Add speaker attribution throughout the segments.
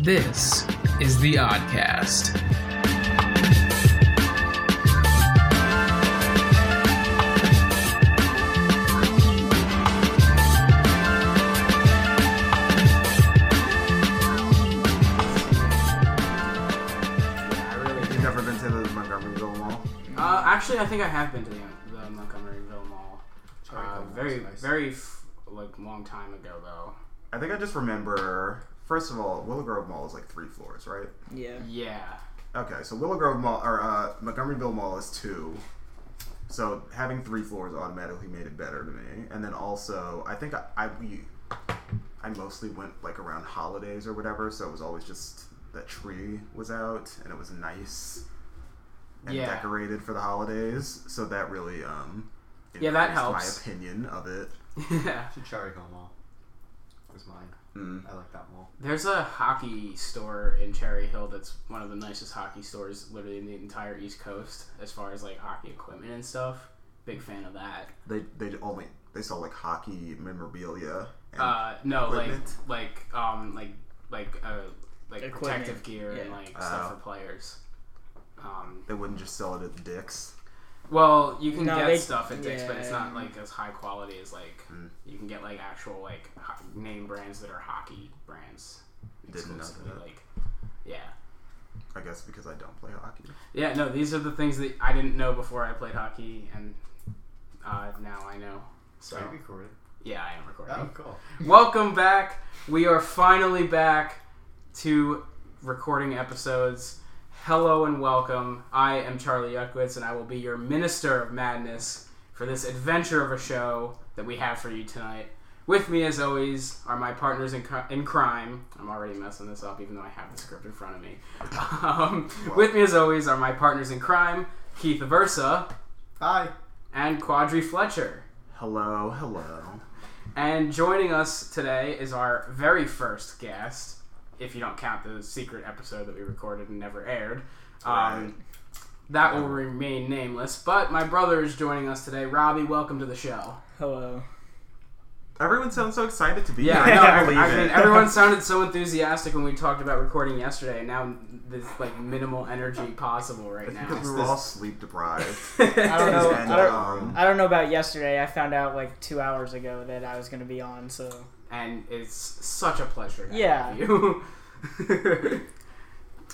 Speaker 1: This is the Oddcast.
Speaker 2: Yeah, I really.
Speaker 3: You've never been to the Montgomeryville Mall?
Speaker 2: Uh, actually, I think I have been to the, the Montgomeryville Mall. Uh,
Speaker 3: Montgomery's
Speaker 2: very,
Speaker 3: nice.
Speaker 2: very f- like long time ago though.
Speaker 3: I think I just remember. First of all, Willow Grove Mall is like three floors, right?
Speaker 4: Yeah.
Speaker 2: Yeah.
Speaker 3: Okay, so Willow Grove Mall or uh, Montgomeryville Mall is two. So having three floors automatically made it better to me. And then also, I think I, I we I mostly went like around holidays or whatever, so it was always just the tree was out and it was nice and
Speaker 2: Yeah.
Speaker 3: decorated for the holidays. So that really um
Speaker 2: Yeah, that
Speaker 3: increased
Speaker 2: helps.
Speaker 3: My opinion of it.
Speaker 2: yeah.
Speaker 5: To Cherry Hill Mall. Is mine.
Speaker 3: Mm.
Speaker 5: I like that mall.
Speaker 2: There's a hockey store in Cherry Hill that's one of the nicest hockey stores literally in the entire East Coast as far as like hockey equipment and stuff. Big fan of that.
Speaker 3: They they only they saw like hockey memorabilia. And,
Speaker 2: Uh, no,
Speaker 3: Equipment?
Speaker 2: like like um like like uh like
Speaker 4: Equipment.
Speaker 2: protective gear and
Speaker 4: Yeah.
Speaker 2: like
Speaker 3: Oh.
Speaker 2: stuff for players. Um,
Speaker 3: they wouldn't just sell it at Dick's.
Speaker 2: Well, you can
Speaker 4: No,
Speaker 2: get
Speaker 4: they-
Speaker 2: stuff at Dick's, but it's not
Speaker 4: yeah.
Speaker 2: like as high quality as like
Speaker 3: Hmm.
Speaker 2: you can get like actual like ho- name brands that are hockey brands.
Speaker 3: Didn't know
Speaker 2: exclusively,
Speaker 3: that.
Speaker 2: Like, yeah,
Speaker 3: I guess because I don't play hockey.
Speaker 2: yeah. No, these are the things that I didn't know before I played hockey, and uh, now I know. So
Speaker 5: Are you recording?
Speaker 2: yeah, I am recording.
Speaker 5: Oh, cool.
Speaker 2: Welcome back. We are finally back to recording episodes. Hello and welcome. I am Charlie Yuckwitz, and I will be your minister of madness for this adventure of a show that we have for you tonight. With me, as always, are my partners in, cri- in crime. I'm already messing this up, even though I have the script in front of me. Um, with me, as always, are my partners in crime, Keith Aversa
Speaker 5: Hi.
Speaker 2: and Quadri Fletcher.
Speaker 3: Hello, hello.
Speaker 2: And joining us today is our very first guest, if you don't count the secret episode that we recorded and never aired.
Speaker 3: Right.
Speaker 2: Um, that will remain nameless. But my brother is joining us today. Robbie, welcome to the show.
Speaker 4: Hello.
Speaker 3: Everyone sounds so excited to be
Speaker 2: Yeah,
Speaker 3: here.
Speaker 2: I know.
Speaker 3: I
Speaker 2: I,
Speaker 3: believe
Speaker 2: I
Speaker 3: it.
Speaker 2: mean, everyone sounded so enthusiastic when we talked about recording yesterday. and Now there's like minimal energy possible right
Speaker 3: because
Speaker 2: now.
Speaker 3: we were all sleep deprived.
Speaker 4: I don't know.
Speaker 3: And,
Speaker 4: I don't,
Speaker 3: um,
Speaker 4: I don't know about yesterday. I found out like two hours ago that I was gonna be on. So
Speaker 2: and it's such a pleasure. To
Speaker 4: Yeah.
Speaker 2: Have you.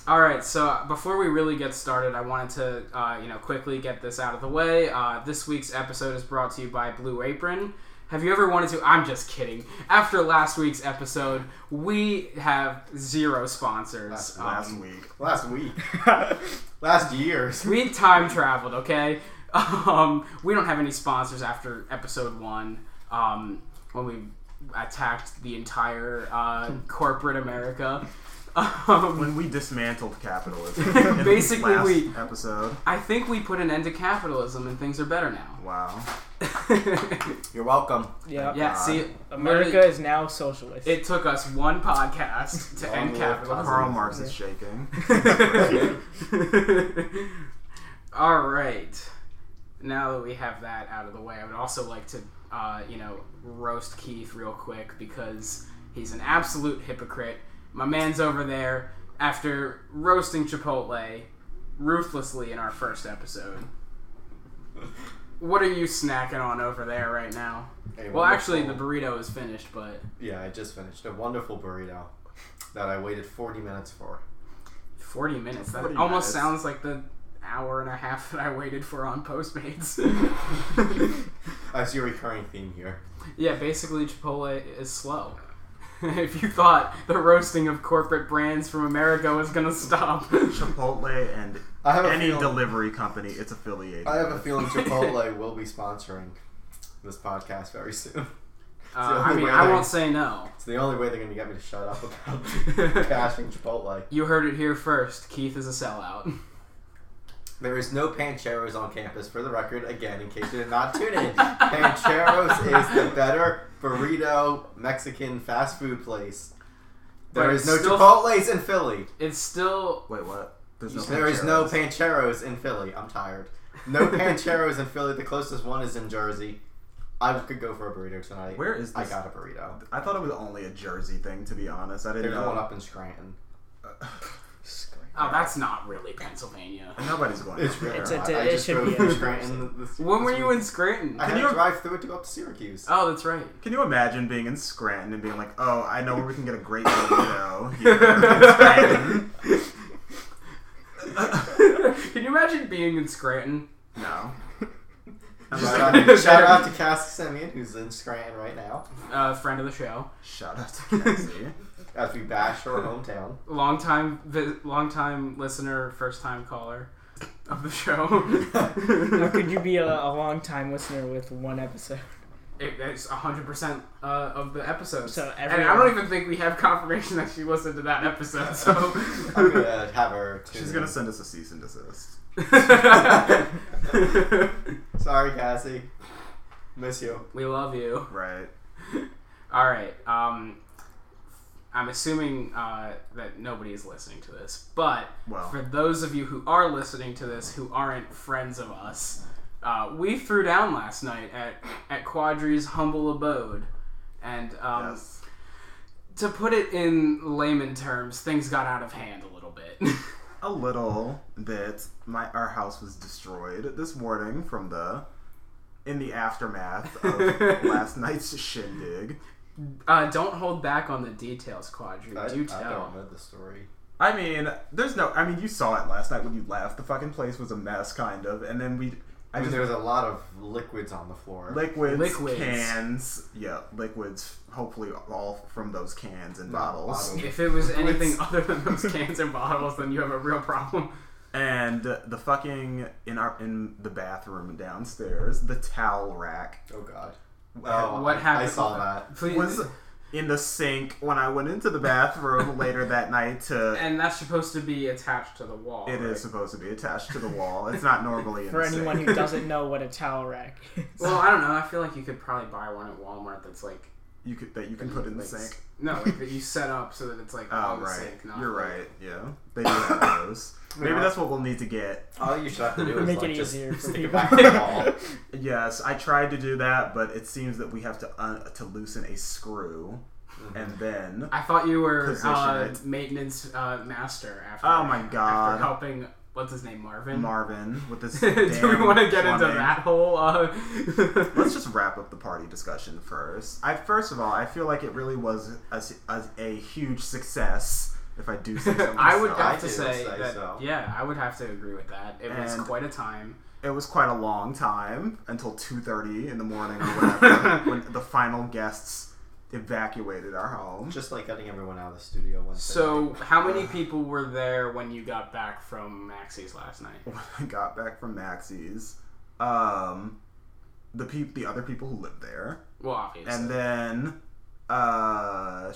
Speaker 2: All right, so before we really get started, I wanted to, uh, you know, quickly get this out of the way. Uh, this week's episode is brought to you by Blue Apron. Have you ever wanted to? I'm just kidding. After last week's episode, we have zero sponsors.
Speaker 5: Last-
Speaker 2: Um,
Speaker 3: last week.
Speaker 5: Last week. Last year's.
Speaker 2: we time traveled, okay? Um, we don't have any sponsors after episode one um, when we attacked the entire uh, corporate America. Um,
Speaker 3: When we dismantled capitalism. in the
Speaker 2: Basically,
Speaker 3: last
Speaker 2: we-
Speaker 3: episode.
Speaker 2: I think we put an end to capitalism and things are better now.
Speaker 3: Wow.
Speaker 5: You're welcome.
Speaker 4: yeah,
Speaker 2: yeah, see,
Speaker 4: America
Speaker 2: literally,
Speaker 4: is now socialist.
Speaker 2: It took us one podcast to
Speaker 5: Long
Speaker 2: end
Speaker 5: live
Speaker 2: capitalism.
Speaker 3: Karl Marx is shaking.
Speaker 2: All right. Now that we have that out of the way, I would also like to, uh, you know, roast Keith real quick because he's an absolute hypocrite. My man's over there after roasting Chipotle ruthlessly in our first episode. What are you snacking on over there right now?
Speaker 5: A
Speaker 2: Well, actually, the
Speaker 5: wonderful-
Speaker 2: burrito is finished, but
Speaker 5: Yeah, I just finished a wonderful burrito that I waited 40 minutes for.
Speaker 2: 40 minutes. That
Speaker 3: 40 minutes.
Speaker 2: almost sounds like the hour and a half that I waited for on Postmates.
Speaker 5: I see a recurring theme here.
Speaker 2: yeah, basically, Chipotle is slow. if you thought the roasting of corporate brands from America was going to stop.
Speaker 3: Chipotle and
Speaker 5: I have a
Speaker 3: any
Speaker 5: feeling-
Speaker 3: delivery company it's affiliated
Speaker 5: I have a
Speaker 3: with.
Speaker 5: feeling Chipotle will be sponsoring this podcast very soon.
Speaker 2: Uh, I mean, I won't say no.
Speaker 5: It's the only way they're going to get me to shut up about bashing Chipotle.
Speaker 2: You heard it here first. Keith is a sellout.
Speaker 5: There is no Pancheros on campus, for the record, again, in case you did not tune in. Pancheros is the better burrito Mexican fast food place. There
Speaker 2: But
Speaker 5: is no
Speaker 2: still-
Speaker 5: Chipotle's in Philly.
Speaker 2: It's still.
Speaker 3: Wait, what? There's
Speaker 5: There is no
Speaker 3: Pancheros.
Speaker 5: Pancheros in Philly. I'm tired. No Pancheros in Philly. The closest one is in Jersey. I could go for a burrito tonight.
Speaker 3: Where is
Speaker 5: I
Speaker 3: this?
Speaker 5: got a burrito.
Speaker 3: I thought it was only a Jersey thing, to be honest. I didn't
Speaker 5: There's
Speaker 3: know. Uh,
Speaker 5: one up in Scranton.
Speaker 2: Oh, that's not really Pennsylvania.
Speaker 3: Nobody's going.
Speaker 5: It's
Speaker 3: there.
Speaker 5: really
Speaker 4: It's a
Speaker 5: not.
Speaker 4: di-
Speaker 5: I
Speaker 4: it
Speaker 5: just
Speaker 4: should
Speaker 5: drove
Speaker 4: be
Speaker 5: through
Speaker 4: in
Speaker 5: Scranton this-
Speaker 2: When were
Speaker 5: this
Speaker 2: you
Speaker 5: week.
Speaker 2: in Scranton?
Speaker 5: I
Speaker 3: Can
Speaker 5: had
Speaker 3: you-
Speaker 5: to drive through it to go up to Syracuse.
Speaker 2: Oh, that's right.
Speaker 3: Can you imagine being in Scranton and being like, "Oh, I know where we can get a great burrito." here in Scranton."
Speaker 2: Can you imagine being in Scranton?
Speaker 3: No.
Speaker 5: Shout
Speaker 3: Shout out,
Speaker 5: out, shout out to Cassie Simeon, who's in Scranton right now,
Speaker 2: Uh, friend of the show,
Speaker 3: shout out to Cassie.
Speaker 5: as we bash her hometown.
Speaker 2: long time, vi- long time listener, first time caller of the show.
Speaker 4: How could you be a, a long time listener with one episode?
Speaker 2: It, it's 100% uh, of the episodes.
Speaker 4: So
Speaker 2: and I
Speaker 4: everyone-
Speaker 2: don't even think we have confirmation that she listened to that episode, so.
Speaker 5: I'm gonna have her. Tune
Speaker 3: She's
Speaker 5: in.
Speaker 3: gonna send us a cease and desist.
Speaker 5: Sorry, Cassie. Miss you.
Speaker 2: we love you.
Speaker 3: Right.
Speaker 2: All right. Um, I'm assuming uh, that nobody is listening to this, but
Speaker 3: Well.
Speaker 2: for those of you who are listening to this who aren't friends of us, uh, we threw down last night at at Quadri's humble abode, and um,
Speaker 3: yes.
Speaker 2: to put it in layman terms, things got out of hand a little bit.
Speaker 3: A little bit. My our house was destroyed this morning from the in the aftermath of last night's shindig.
Speaker 2: uh, don't hold back on the details, Quadri.
Speaker 5: I,
Speaker 2: Do
Speaker 5: I don't
Speaker 2: tell.
Speaker 5: know the story.
Speaker 3: I mean, there's no. I mean, you saw it last night when you left. The fucking place was a mess, kind of. And then we,
Speaker 5: I
Speaker 3: I
Speaker 5: mean,
Speaker 3: just
Speaker 5: there was a lot of liquids on the floor.
Speaker 3: liquids,
Speaker 2: Liquids.
Speaker 3: cans. Yeah, liquids. Hopefully, all from those cans and bottles.
Speaker 5: bottles.
Speaker 2: If it was anything other than those cans and bottles, then you have a real problem.
Speaker 3: And the fucking in our in the bathroom downstairs, the towel rack
Speaker 5: oh God.
Speaker 3: Well,
Speaker 5: Oh,
Speaker 2: what
Speaker 5: I- I
Speaker 2: happened-
Speaker 5: saw that.
Speaker 2: Please.
Speaker 3: was in the sink when I went into the bathroom later that night to
Speaker 2: And that's supposed to be attached to the wall.
Speaker 3: It
Speaker 2: right?
Speaker 3: is supposed to be attached to the wall. It's not normally in
Speaker 4: For
Speaker 3: the sink.
Speaker 4: anyone who doesn't know what a towel rack is.
Speaker 2: Well, I don't know. I feel like you could probably buy one at Walmart that's like
Speaker 3: you could that you can put in the
Speaker 2: like,
Speaker 3: sink.
Speaker 2: No, like, that you set up so that it's like
Speaker 3: Oh
Speaker 2: on the
Speaker 3: right,
Speaker 2: sink. Not
Speaker 3: you're
Speaker 2: like-
Speaker 3: right. Yeah, they do have those. Maybe
Speaker 5: Yeah.
Speaker 3: that's what we'll need to get.
Speaker 5: All you should have to do is
Speaker 4: Make
Speaker 5: like,
Speaker 4: it
Speaker 5: just
Speaker 4: easier for
Speaker 5: stick it
Speaker 4: people.
Speaker 5: back in the wall.
Speaker 3: Yes, I tried to do that, but it seems that we have to un- to loosen a screw,
Speaker 2: Mm-hmm.
Speaker 3: and then
Speaker 2: I thought you were
Speaker 3: Position
Speaker 2: uh,
Speaker 3: it.
Speaker 2: maintenance uh, master after.
Speaker 3: Oh my God.
Speaker 2: After helping what's his name Marvin.
Speaker 3: Marvin with this.
Speaker 2: Do we want to get into
Speaker 3: plumbing.
Speaker 2: that whole? Uh...
Speaker 3: Let's just wrap up the party discussion first. I first of all, I feel like it really was a, s- a- a huge success. If I do say so
Speaker 2: I would
Speaker 3: myself.
Speaker 2: have
Speaker 5: I
Speaker 2: to
Speaker 5: do
Speaker 2: say,
Speaker 5: say
Speaker 2: that
Speaker 5: so.
Speaker 2: yeah, I would have to agree with that. It was
Speaker 3: And-
Speaker 2: quite a time.
Speaker 3: it was quite a long time until 2.30 in the morning or whatever when the final guests evacuated our home
Speaker 5: Just like getting everyone out of the studio once.
Speaker 2: So, how many people were there when you got back from Maxie's last night?
Speaker 3: when i got back from maxie's um, the peop- the other people who lived there
Speaker 2: Well, obviously.
Speaker 3: and then uh,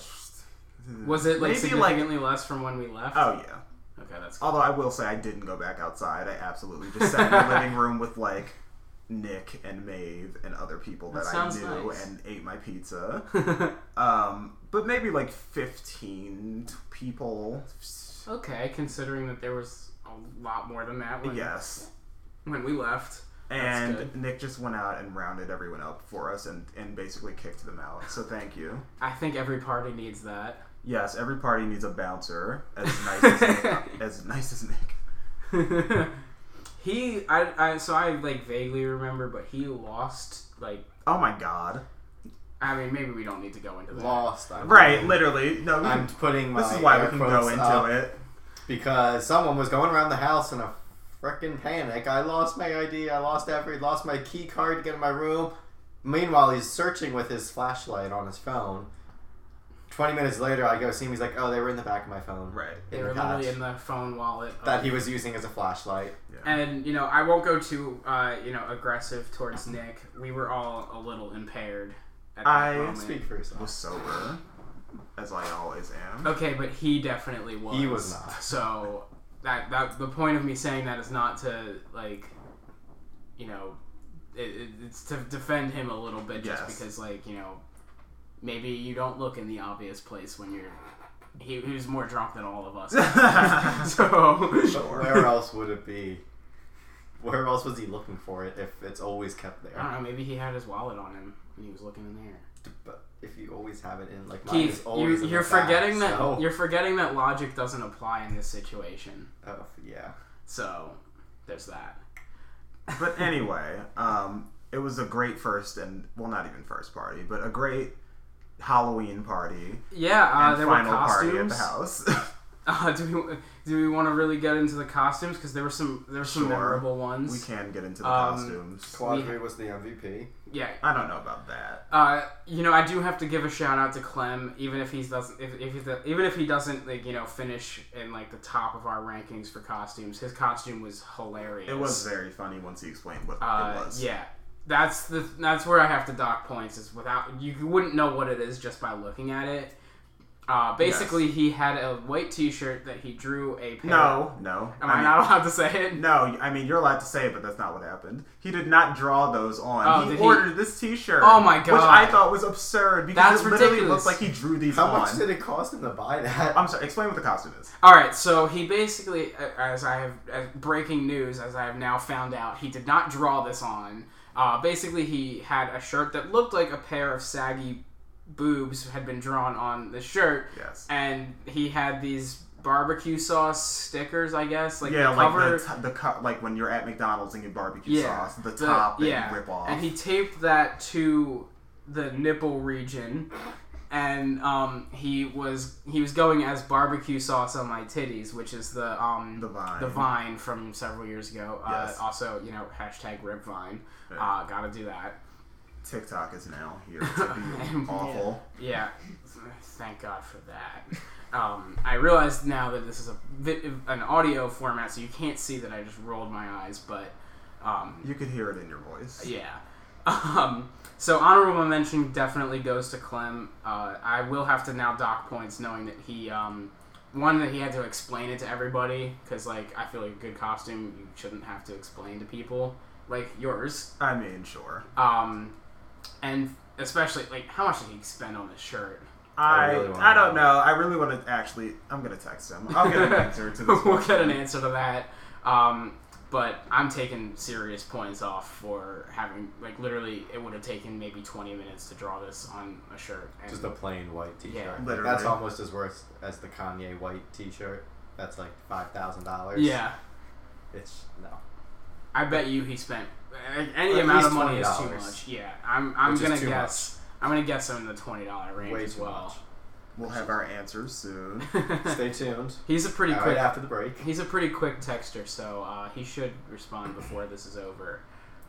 Speaker 2: Was it like
Speaker 3: maybe like
Speaker 2: significantly less from when we left?
Speaker 3: oh yeah
Speaker 2: okay, that's cool.
Speaker 3: although i will say i didn't go back outside i absolutely just sat in the living room with like nick and maeve and other people that,
Speaker 2: That
Speaker 3: i
Speaker 2: sounds
Speaker 3: knew
Speaker 2: nice.
Speaker 3: and ate my pizza
Speaker 2: okay,
Speaker 3: Um, but maybe like 15 t- people.
Speaker 2: considering that there was a lot more than that when,
Speaker 3: Yes.
Speaker 2: when we left. That's
Speaker 3: And
Speaker 2: good.
Speaker 3: Nick just went out and rounded everyone up for us and, and basically kicked them out. So thank you.
Speaker 2: I think every party needs that.
Speaker 3: Yes, every party needs a bouncer as nice as Nick. As nice as Nick.
Speaker 2: he, I, I, so I like vaguely remember, but he lost like.
Speaker 3: Oh my god.
Speaker 2: I mean, maybe we don't need to go into that.
Speaker 5: lost. I'm
Speaker 3: Right,
Speaker 2: Um,
Speaker 3: literally. No, we
Speaker 5: I'm
Speaker 3: can,
Speaker 5: putting my.
Speaker 3: this is why
Speaker 5: air
Speaker 3: we can go
Speaker 5: quotes
Speaker 3: into
Speaker 5: up
Speaker 3: it.
Speaker 5: because someone was going around the house in a freaking panic. I lost my ID. I lost every. Lost my key card to get in my room. Meanwhile, he's searching with his flashlight on his phone. Twenty minutes later, I go see him. He's like, "Oh, they were in the back of my phone."
Speaker 3: Right.
Speaker 5: In
Speaker 2: They
Speaker 5: the
Speaker 2: were
Speaker 5: patch
Speaker 2: literally in the phone wallet. of-
Speaker 5: that he was using as a flashlight.
Speaker 2: and you know, I won't go too, uh, you know, aggressive towards Nick. We were all a little impaired. At that
Speaker 3: I
Speaker 2: moment.
Speaker 5: Speak for
Speaker 3: Was
Speaker 5: yourself.
Speaker 3: sober, as I always am.
Speaker 2: Okay, but he definitely was.
Speaker 5: He was not.
Speaker 2: So that that the point of me saying that is not to like, you know, it, it, it's to defend him a little bit, just
Speaker 3: Yes.
Speaker 2: because like you know, maybe you don't look in the obvious place when you're. He, he was more drunk than all of us. Oh. so
Speaker 5: But where else would it be? Where else was he looking for it if it's always kept
Speaker 2: I
Speaker 5: there?
Speaker 3: Ah.
Speaker 2: don't know. Maybe he had his wallet on him and he was looking in there.
Speaker 5: But if you always have it in like mine is
Speaker 2: Keith,
Speaker 5: always
Speaker 2: you,
Speaker 5: in the
Speaker 2: you're
Speaker 5: back,
Speaker 2: forgetting that
Speaker 5: so-
Speaker 2: you're forgetting that logic doesn't apply in this situation.
Speaker 5: Oh yeah.
Speaker 2: So there's that.
Speaker 3: But anyway, um, it was a great first and well, not even first party, but a great Halloween party
Speaker 2: Yeah, uh,
Speaker 3: and
Speaker 2: there were
Speaker 3: final party at the
Speaker 2: costumes.
Speaker 3: house.
Speaker 2: Uh, do we do we want to really get into the costumes? Because there were some there were some
Speaker 3: Sure.
Speaker 2: memorable ones.
Speaker 3: we can get into the
Speaker 2: Um,
Speaker 3: costumes.
Speaker 5: Quadri was the MVP.
Speaker 2: Yeah,
Speaker 3: I don't know about that.
Speaker 2: uh, you know, I do have to give a shout out to Clem, even if he doesn't, if, if he do- even if he doesn't, like you know, finish in like the top of our rankings for costumes. His costume was hilarious.
Speaker 3: It was very funny once he explained what
Speaker 2: Uh,
Speaker 3: it was.
Speaker 2: Yeah, that's the that's where I have to dock points is without you wouldn't know what it is just by looking at it. Uh, basically, he had a white T-shirt that he drew a. Pair.
Speaker 3: No, no.
Speaker 2: am
Speaker 3: I
Speaker 2: I,
Speaker 3: mean-
Speaker 2: not allowed to say it?
Speaker 3: No, I mean you're allowed to say it, but that's not what happened. He did not draw those on.
Speaker 2: Oh,
Speaker 3: he
Speaker 2: did he?
Speaker 3: ordered this T-shirt.
Speaker 2: Oh my
Speaker 3: Which
Speaker 2: God.
Speaker 3: I thought was absurd because
Speaker 2: That's
Speaker 3: it literally
Speaker 2: ridiculous.
Speaker 3: looks like he drew these
Speaker 5: How
Speaker 3: on.
Speaker 5: much did it cost him to buy that?
Speaker 3: I'm sorry. Explain what the costume is.
Speaker 2: All right, so he basically, as I have as breaking news, as I have now found out, he did not draw this on. Uh, basically, he had a shirt that looked like a pair of saggy boobs had been drawn on the shirt,
Speaker 3: Yes.
Speaker 2: and he had these barbecue sauce stickers, I guess, like
Speaker 3: yeah,
Speaker 2: the
Speaker 3: like
Speaker 2: cover.
Speaker 3: the, t- the co- like when you're at McDonald's and get barbecue
Speaker 2: Yeah,
Speaker 3: sauce, the
Speaker 2: the-
Speaker 3: top that
Speaker 2: yeah.
Speaker 3: you rip off.
Speaker 2: and he taped that to the nipple region, and um, he was he was going as barbecue sauce on my titties, which is the um
Speaker 3: the vine.
Speaker 2: the Vine from several years ago.
Speaker 3: Yes.
Speaker 2: Uh, also, you know, hashtag Rip Vine.
Speaker 3: Yeah.
Speaker 2: Uh, gotta do that.
Speaker 3: TikTok is now here to be awful.
Speaker 2: Yeah, thank God for that. Um, I realize now that this is a vi- an audio format, so you can't see that I just rolled my eyes, but um,
Speaker 3: You could hear it in your voice.
Speaker 2: yeah. Um, so honorable mention definitely goes to Clem. Uh, I will have to now dock points, knowing that he um, one that he had to explain it to everybody because like I feel like a good costume you shouldn't have to explain to people like yours.
Speaker 3: I mean, sure.
Speaker 2: Um, and especially like how much did he spend on this shirt?
Speaker 3: I I,
Speaker 5: really wanna
Speaker 3: don't
Speaker 5: know.
Speaker 3: know. I really want to actually. I'm gonna text him. I'll get an answer to this.
Speaker 2: we'll get
Speaker 3: question.
Speaker 2: an answer to that. Um, but I'm taking serious points off for having like literally it would have taken maybe 20 minutes to draw this on a shirt. And
Speaker 5: Just a plain white T-shirt.
Speaker 2: Yeah.
Speaker 5: Like,
Speaker 3: Literally.
Speaker 5: That's almost as worse as the Kanye white T-shirt. That's like five thousand dollars.
Speaker 2: yeah,
Speaker 5: It's no.
Speaker 2: I bet you he spent a- any
Speaker 5: At
Speaker 2: amount
Speaker 5: least
Speaker 2: of money is too
Speaker 5: $20.
Speaker 2: much. Yeah, I'm I'm
Speaker 5: Which is
Speaker 2: gonna
Speaker 5: too
Speaker 2: guess I'm gonna guess him in the twenty dollar range
Speaker 5: Way
Speaker 2: as
Speaker 5: too
Speaker 2: well.
Speaker 3: We'll have our answers soon.
Speaker 5: Stay Oh, tuned.
Speaker 2: he's a pretty
Speaker 5: All
Speaker 2: quick
Speaker 5: right after the break.
Speaker 2: He's a pretty quick texter, so uh, he should respond before this is over.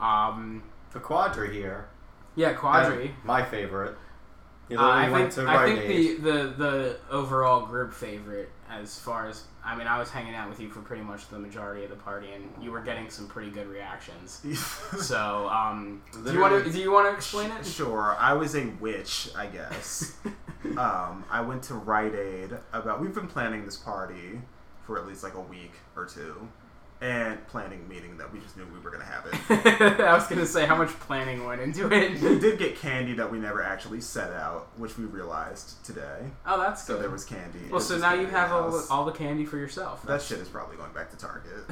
Speaker 2: Um,
Speaker 5: For Quadri here,
Speaker 2: yeah, Quadri.
Speaker 5: and my favorite. He
Speaker 2: Uh, I
Speaker 5: literally went
Speaker 2: think,
Speaker 5: to
Speaker 2: I
Speaker 5: Rite
Speaker 2: think
Speaker 5: Aid.
Speaker 2: the, the, the overall group favorite, as far as I mean, I was hanging out with you for pretty much the majority of the party, and you were getting some pretty good reactions. So, um, do you want to
Speaker 5: Literally-
Speaker 2: do you want to explain it?
Speaker 3: Sure, I was a witch, I guess. um, I went to Rite Aid about. We've been planning this party for at least like a week or two, and planning meeting that we just knew we were gonna have it.
Speaker 2: I was gonna say how much planning went into
Speaker 3: we
Speaker 2: it.
Speaker 3: did get candy that we never actually set out, which we realized today.
Speaker 2: Oh, that's
Speaker 3: So there
Speaker 2: good.
Speaker 3: was candy.
Speaker 2: Well,
Speaker 3: It
Speaker 2: so
Speaker 3: was
Speaker 2: now
Speaker 3: in
Speaker 2: you
Speaker 3: the
Speaker 2: have all,
Speaker 3: house.
Speaker 2: all the candy for yourself.
Speaker 3: that shit is probably going back to Target.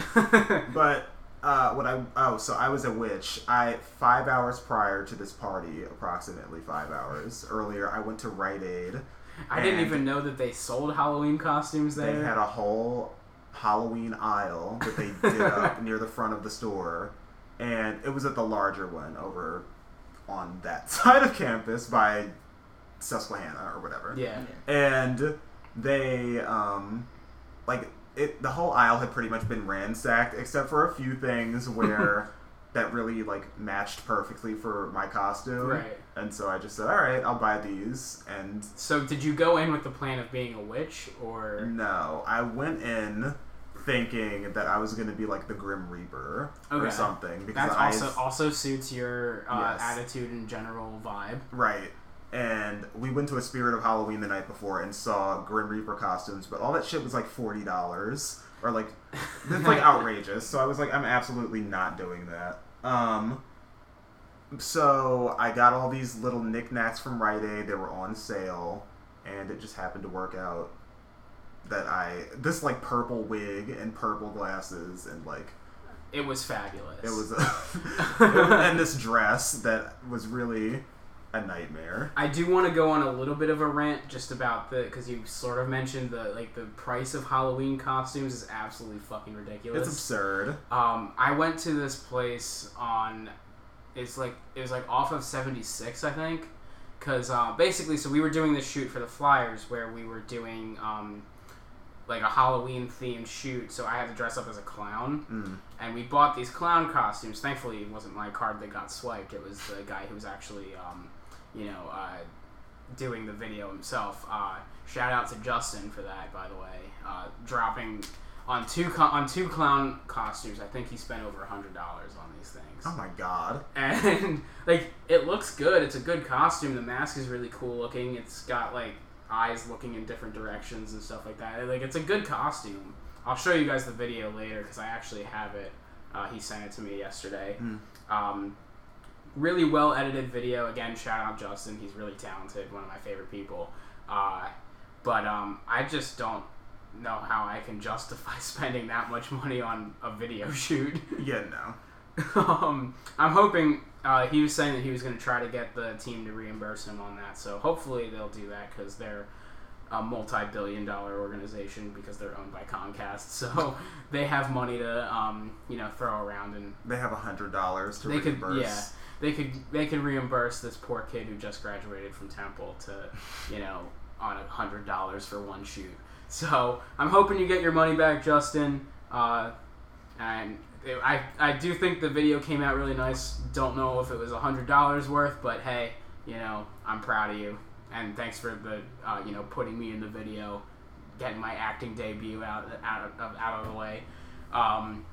Speaker 2: That's-
Speaker 3: But uh, what I oh, so I was a witch. I five hours prior to this party, approximately five hours earlier, I went to Rite Aid.
Speaker 2: I didn't
Speaker 3: and
Speaker 2: even know that they sold Halloween costumes
Speaker 3: They
Speaker 2: there.
Speaker 3: had a whole Halloween aisle that they did up near the front of the store, and it was at the larger one over on that side of campus by Susquehanna or whatever.
Speaker 2: yeah.
Speaker 3: and they um like it the whole aisle had pretty much been ransacked except for a few things where that really like matched perfectly for my costume
Speaker 2: Right.
Speaker 3: and so i just said all right i'll buy these and
Speaker 2: So did you go in with the plan of being a witch or
Speaker 3: no i went in thinking that i was going to be like the grim reaper
Speaker 2: Okay.
Speaker 3: or something because
Speaker 2: that's
Speaker 3: i
Speaker 2: also also suits your uh,
Speaker 3: Yes.
Speaker 2: attitude and general vibe.
Speaker 3: Right. And we went to a Spirit of Halloween the night before and saw Grim Reaper costumes, but all that shit was like forty dollars or like that's like outrageous. So I was like, I'm absolutely not doing that. Um. So I got all these little knickknacks from Rite Aid. They were on sale, and it just happened to work out that I this like purple wig and purple glasses and like
Speaker 2: It was fabulous.
Speaker 3: it was a, and this dress that was really a nightmare.
Speaker 2: I do want to go on a little bit of a rant just about the because you sort of mentioned the like the price of Halloween costumes is absolutely fucking ridiculous.
Speaker 3: It's absurd.
Speaker 2: um, I went to this place on it's like it was like off of 76 I think because uh, basically so we were doing this shoot for the flyers where we were doing um, like a Halloween themed shoot so I had to dress up as a clown
Speaker 3: Mm.
Speaker 2: and we bought these clown costumes thankfully it wasn't my card that got swiped it was the guy who was actually um, you know uh, doing the video himself uh, shout out to Justin for that by the way uh, dropping on two co- on two clown costumes, I think he spent over a hundred dollars on these things.
Speaker 3: Oh my god.
Speaker 2: And like, it looks good. It's a good costume. The mask is really cool looking. It's got like eyes looking in different directions and stuff like that. Like, it's a good costume. I'll show you guys the video later because I actually have it. Uh, he sent it to me yesterday.
Speaker 3: Mm.
Speaker 2: Um, really well edited video. Again, shout out Justin. He's really talented. One of my favorite people. Uh, but um, I just don't know how I can justify spending that much money on a video shoot.
Speaker 3: Yeah, no.
Speaker 2: um, I'm hoping uh, he was saying that he was going to try to get the team to reimburse him on that. So hopefully they'll do that because they're a multi-billion-dollar organization because they're owned by Comcast. So they have money to um, you know throw around and
Speaker 3: They have a hundred dollars to
Speaker 2: They could-
Speaker 3: reimburse.
Speaker 2: yeah. they could they could reimburse this poor kid who just graduated from Temple to you know on a hundred dollars for one shoot. So I'm hoping you get your money back, Justin. Uh, and it- I I do think the video came out really nice. Don't know if it was a hundred dollars worth, but hey, you know I'm proud of you and thanks for the uh, you know putting me in the video, getting my acting debut out out of out of the way. Um,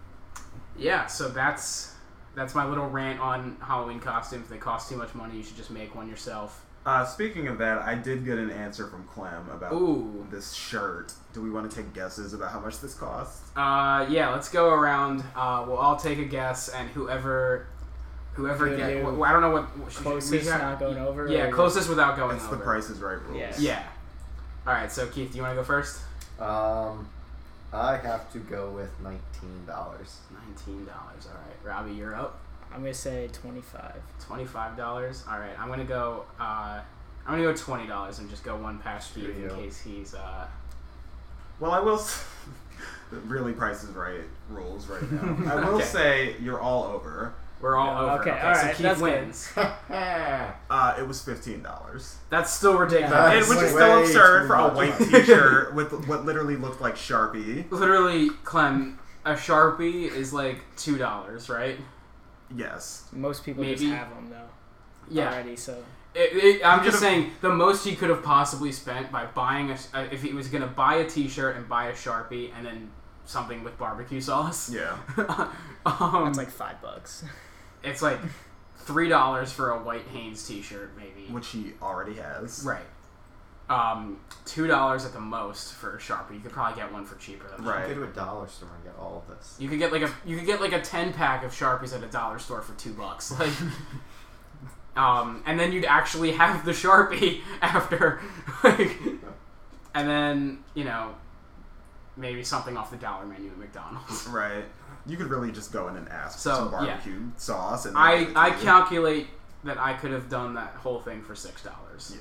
Speaker 2: yeah, so that's that's my little rant on Halloween costumes. They cost too much money. You should just make one yourself.
Speaker 3: Uh, speaking of that, I did get an answer from Clem about
Speaker 2: Ooh.
Speaker 3: this shirt. Do we want to take guesses about how much this costs?
Speaker 2: Uh, yeah, let's go around. Uh, we'll all take a guess, and whoever, whoever
Speaker 4: Who
Speaker 2: get,
Speaker 4: do?
Speaker 2: well, I don't know what what should-
Speaker 4: Closest
Speaker 2: we got-
Speaker 4: not going over,
Speaker 2: Yeah,
Speaker 4: or-
Speaker 2: closest without going
Speaker 3: It's
Speaker 2: over.
Speaker 3: the Price is Right rules.
Speaker 4: Yeah.
Speaker 2: Oh, Yeah. All right, so Keith, do you want to go first?
Speaker 5: Um, I have to go with nineteen dollars.
Speaker 2: Nineteen dollars. All right, Robbie, you're up.
Speaker 4: I'm gonna say 25.
Speaker 2: Twenty-five dollars. All right, I'm gonna go. Uh, I'm gonna go twenty dollars and just go one past Keith in
Speaker 5: Studio.
Speaker 2: case he's. Uh,
Speaker 3: Well, I will. S- really, Price is Right rules right now. I will
Speaker 2: Okay.
Speaker 3: say you're all over.
Speaker 2: we're all
Speaker 4: No,
Speaker 2: over.
Speaker 4: okay,
Speaker 2: Okay,
Speaker 4: all
Speaker 2: so
Speaker 4: right,
Speaker 2: Keith
Speaker 4: that's good.
Speaker 2: wins.
Speaker 3: Uh, it was fifteen dollars,
Speaker 2: That's still ridiculous.
Speaker 4: Yeah.
Speaker 3: and
Speaker 4: That's
Speaker 3: which is
Speaker 5: way
Speaker 3: still absurd
Speaker 5: too
Speaker 3: for a
Speaker 5: much
Speaker 3: white
Speaker 5: money.
Speaker 3: T-shirt with what literally looked like Sharpie.
Speaker 2: literally, Clem, a Sharpie is like two dollars, right?
Speaker 3: Yes,
Speaker 4: Most people just
Speaker 2: Maybe.
Speaker 4: have them though
Speaker 2: Yeah.
Speaker 4: already. So
Speaker 2: It, it, I'm
Speaker 3: You
Speaker 2: just
Speaker 3: could've-
Speaker 2: saying the most he could have possibly spent by buying a uh, if he was gonna buy a T-shirt and buy a Sharpie and then something with barbecue sauce.
Speaker 3: yeah.
Speaker 2: um,
Speaker 4: it's like five bucks.
Speaker 2: it's like three dollars for a white Hanes T-shirt, maybe.
Speaker 3: Which he already has.
Speaker 2: right. Um, two dollars at the most for a Sharpie. You could probably get one for cheaper. Than that.
Speaker 5: I
Speaker 3: Right.
Speaker 5: could do a dollar store and get all of this.
Speaker 2: You could get like a you could get like a ten pack of sharpies at a dollar store for two bucks, like, um, and then you'd actually have the sharpie after, like, and then you know, maybe something off the dollar menu at McDonald's.
Speaker 3: Right. You could really just go in and ask
Speaker 2: So,
Speaker 3: for some
Speaker 2: yeah.
Speaker 3: barbecue sauce, and
Speaker 2: I I
Speaker 3: Yeah.
Speaker 2: calculate that I could have done that whole thing for six dollars.
Speaker 3: Yeah.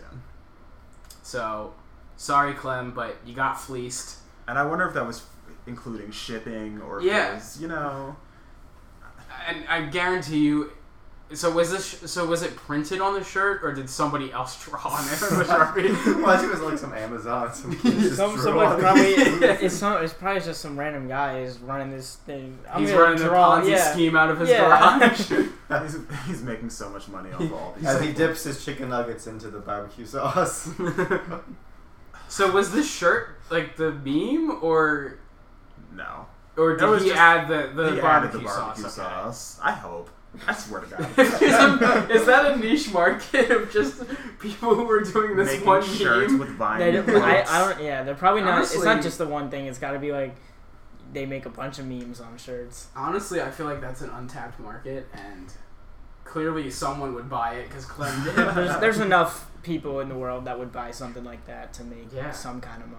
Speaker 2: So, sorry, Clem, but you got fleeced.
Speaker 3: And I wonder if that was including shipping or if it
Speaker 2: Yeah.
Speaker 3: was, you know.
Speaker 2: and I guarantee you. So was this? So was it printed on the shirt, or did somebody else draw on it with a sharpie?
Speaker 5: Well, it was like some Amazon. Some,
Speaker 4: Some,
Speaker 5: some
Speaker 4: someone probably
Speaker 5: probably.
Speaker 4: it's, some, it's probably just some random guy is running this thing. I'm
Speaker 2: He's
Speaker 4: gonna
Speaker 2: running
Speaker 4: draw,
Speaker 2: a Ponzi
Speaker 4: yeah.
Speaker 2: scheme out of his
Speaker 4: Yeah.
Speaker 2: garage.
Speaker 3: He's, he's making so much money off all these.
Speaker 5: As he dips his chicken nuggets into the barbecue sauce.
Speaker 2: so was this shirt like the meme, or
Speaker 3: No.
Speaker 2: or did
Speaker 3: That was
Speaker 2: he
Speaker 3: just-
Speaker 2: add the the
Speaker 3: He added
Speaker 2: barbecue,
Speaker 3: the barbecue
Speaker 2: sauce? Okay.
Speaker 3: sauce. I hope. I swear to
Speaker 2: is,
Speaker 3: God.
Speaker 2: is that a niche market of just people who are doing this
Speaker 3: Making
Speaker 2: one
Speaker 3: shirts
Speaker 2: meme?
Speaker 3: with vine
Speaker 4: They don't- I,
Speaker 3: quotes.
Speaker 4: I don't. Yeah, they're probably not. it's not
Speaker 2: Honestly-
Speaker 4: just the one thing. It's got to be like they make a bunch of memes on shirts.
Speaker 2: Honestly, I feel like that's an untapped market, and clearly someone would buy it because Clem did.
Speaker 4: There's, there's enough people in the world that would buy something like that to make
Speaker 2: Yeah.
Speaker 4: some kind of money.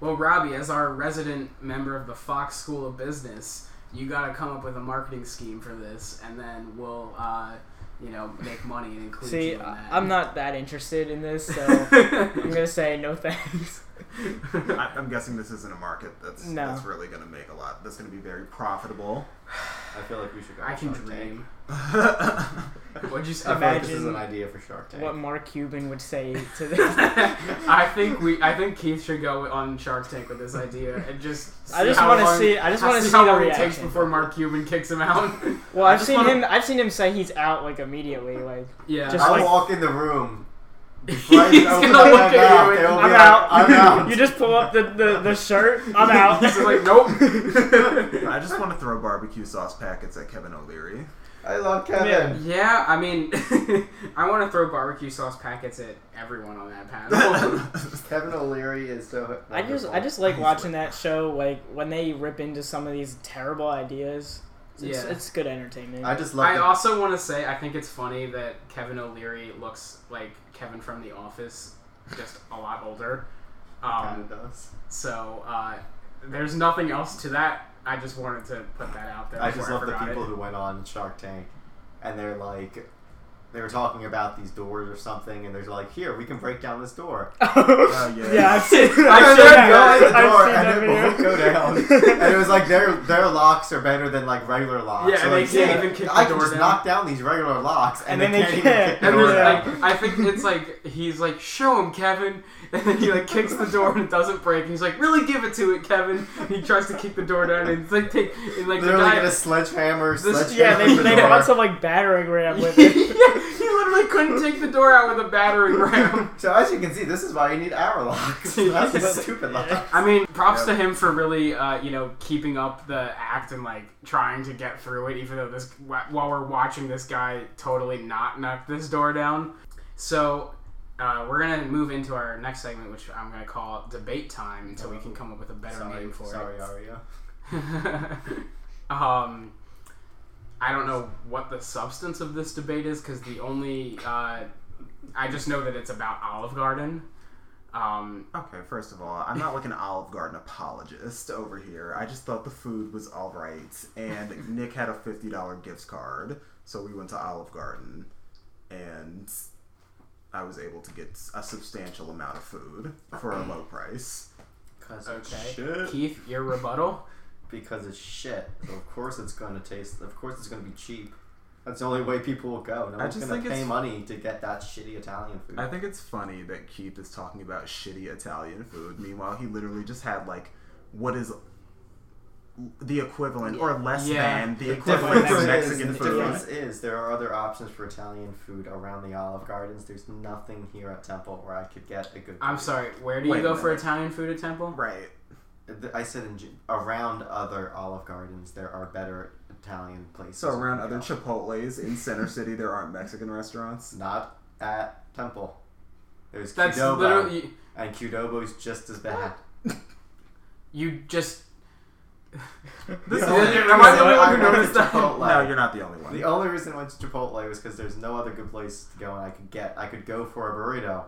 Speaker 2: Well, Robbie, as our resident member of the Fox School of Business, you got to come up with a marketing scheme for this, and then we'll uh, you know, make money and include
Speaker 4: See,
Speaker 2: you in that.
Speaker 4: I- I'm not that interested in this, so I'm gonna say no thanks.
Speaker 3: I, I'm guessing this isn't a market that's
Speaker 4: No.
Speaker 3: that's really going to make a lot. That's going to be very profitable.
Speaker 5: I feel like we should go.
Speaker 2: I
Speaker 5: on
Speaker 2: can
Speaker 5: Shark Tank.
Speaker 2: dream.
Speaker 5: I
Speaker 2: What'd you
Speaker 5: feel
Speaker 2: say?
Speaker 5: like this is an
Speaker 4: Imagine
Speaker 5: idea for Shark Tank.
Speaker 4: What Mark Cuban would say to this.
Speaker 2: I think we. I think Keith should go on Shark Tank with this idea and just.
Speaker 4: I just
Speaker 2: want to
Speaker 4: see. I just want to see
Speaker 2: how
Speaker 4: the
Speaker 2: long it takes
Speaker 4: reaction.
Speaker 2: before Mark Cuban kicks him out.
Speaker 4: well,
Speaker 2: I
Speaker 4: I've
Speaker 2: just
Speaker 4: seen
Speaker 2: wanna-
Speaker 4: him. I've seen him say he's out like immediately. Like
Speaker 2: yeah.
Speaker 4: Just
Speaker 5: I'll
Speaker 4: like-
Speaker 5: walk in the room.
Speaker 2: He's
Speaker 5: Before I even
Speaker 2: gonna
Speaker 5: open up
Speaker 2: look
Speaker 5: my
Speaker 2: at
Speaker 5: mouth,
Speaker 2: you. And,
Speaker 5: they'll be
Speaker 4: I'm
Speaker 5: like,
Speaker 4: out.
Speaker 5: I'm out.
Speaker 4: you just pull up the, the, the shirt. I'm out.
Speaker 2: he's like, nope.
Speaker 3: I just want to throw barbecue sauce packets at Kevin O'Leary.
Speaker 5: I love Kevin.
Speaker 4: Yeah.
Speaker 2: yeah, I mean, I want to throw barbecue sauce packets at everyone on that panel.
Speaker 5: Kevin O'Leary is so.
Speaker 4: I just
Speaker 5: wonderful.
Speaker 4: I just like watching that show. Like when they rip into some of these terrible ideas. It's,
Speaker 2: Yeah.
Speaker 4: it's good entertainment.
Speaker 5: I just love.
Speaker 2: I
Speaker 5: the-
Speaker 2: also want to say I think it's funny that Kevin O'Leary looks like Kevin from The Office, just a lot older.
Speaker 5: Kinda
Speaker 2: Um,
Speaker 5: does.
Speaker 2: so uh, there's nothing else to that. I just wanted to put that out there.
Speaker 5: I just
Speaker 2: before
Speaker 5: love the
Speaker 2: forgot
Speaker 5: people
Speaker 2: it.
Speaker 5: who went on Shark Tank, and they're like, they were talking about these doors or something, and they're like, here we can break down this door.
Speaker 3: Oh, yeah.
Speaker 4: yeah, I've seen.
Speaker 5: I
Speaker 4: I've
Speaker 5: showed
Speaker 4: seen
Speaker 5: guys the
Speaker 4: that. I've
Speaker 5: door,
Speaker 4: seen that
Speaker 5: and it
Speaker 4: video.
Speaker 5: won't go down. and it was like their their locks are better than like regular locks.
Speaker 2: Yeah,
Speaker 5: So,
Speaker 2: and they
Speaker 5: like,
Speaker 2: can't
Speaker 5: yeah,
Speaker 2: even kick
Speaker 5: I
Speaker 2: the
Speaker 5: can
Speaker 2: door
Speaker 5: just
Speaker 2: down.
Speaker 5: knock down these regular locks, and,
Speaker 4: And
Speaker 5: they,
Speaker 4: then they
Speaker 5: can't, even
Speaker 4: can't.
Speaker 5: kick the
Speaker 2: And
Speaker 5: door
Speaker 2: there's
Speaker 5: down.
Speaker 2: like, I think it's like he's like, show him, Kevin, and then he like kicks the door and it doesn't break. And he's like, really give it to it, Kevin. And he tries to kick the door down and it's like take and like
Speaker 5: Literally
Speaker 2: the guy.
Speaker 5: get a sledgehammer.
Speaker 2: This-
Speaker 5: sledgehammer
Speaker 4: Yeah, they,
Speaker 5: the
Speaker 4: they
Speaker 5: door.
Speaker 4: brought some like battering ram
Speaker 2: yeah,
Speaker 4: with it.
Speaker 2: he literally couldn't take the door out with a battering ram.
Speaker 5: So as you can see, this is why you need our locks. That's the
Speaker 2: Yes.
Speaker 5: stupid locks.
Speaker 2: I mean, props
Speaker 3: Yeah.
Speaker 2: to him for really, uh, you know, keeping up the act and like trying to get through it, even though this while we're watching this guy totally not knock this door down. So uh, we're gonna move into our next segment, which I'm gonna call debate time, until we can come up with a better
Speaker 5: Sorry,
Speaker 2: name for
Speaker 5: sorry, Aria.
Speaker 2: it. um, I don't know what the substance of this debate is because the only uh, I just know that it's about Olive Garden. Um,
Speaker 3: Okay, first of all, I'm not like an Olive Garden apologist over here. I just thought the food was all right, and Nick had a fifty dollar gift card, so we went to Olive Garden, and I was able to get a substantial amount of food for a low price.
Speaker 5: Because
Speaker 2: Okay.
Speaker 5: shit.
Speaker 2: Keith, your rebuttal.
Speaker 5: Because it's shit. So of course it's going to taste. Of course it's going to be cheap. That's the only way people will go. No
Speaker 3: I
Speaker 5: one's
Speaker 3: just
Speaker 5: going
Speaker 3: think
Speaker 5: to pay
Speaker 3: it's-
Speaker 5: money to get that shitty Italian food.
Speaker 3: I think it's funny that Keith is talking about shitty Italian food. Meanwhile, he literally just had like what is the equivalent or less
Speaker 2: Yeah.
Speaker 3: than the
Speaker 5: the
Speaker 3: equivalent
Speaker 5: difference
Speaker 3: to
Speaker 5: is,
Speaker 3: Mexican
Speaker 5: the
Speaker 3: food.
Speaker 5: difference is there are other options for Italian food around the Olive Gardens. There's nothing here at Temple where I could get a good.
Speaker 2: I'm sorry. Where do you
Speaker 3: Wait a
Speaker 2: go for
Speaker 3: minute.
Speaker 2: Italian food at Temple?
Speaker 3: Right.
Speaker 5: Th- I said in, gen- around other Olive Gardens there are better Italian places.
Speaker 3: So around
Speaker 5: to
Speaker 3: other
Speaker 5: go.
Speaker 3: Chipotle's in Center City, there aren't Mexican restaurants.
Speaker 5: Not at Temple. There's
Speaker 2: That's
Speaker 5: Qdoba,
Speaker 2: literally
Speaker 5: and Qdoba's just as bad.
Speaker 2: you just.
Speaker 3: This is-
Speaker 2: Am I the only one
Speaker 5: I
Speaker 2: who
Speaker 5: went to
Speaker 2: noticed that?
Speaker 5: Chipotle.
Speaker 3: No, you're not the only
Speaker 5: The
Speaker 3: one.
Speaker 5: only reason I went to Chipotle was because there's no other good place to go, and I could get I could go for a burrito.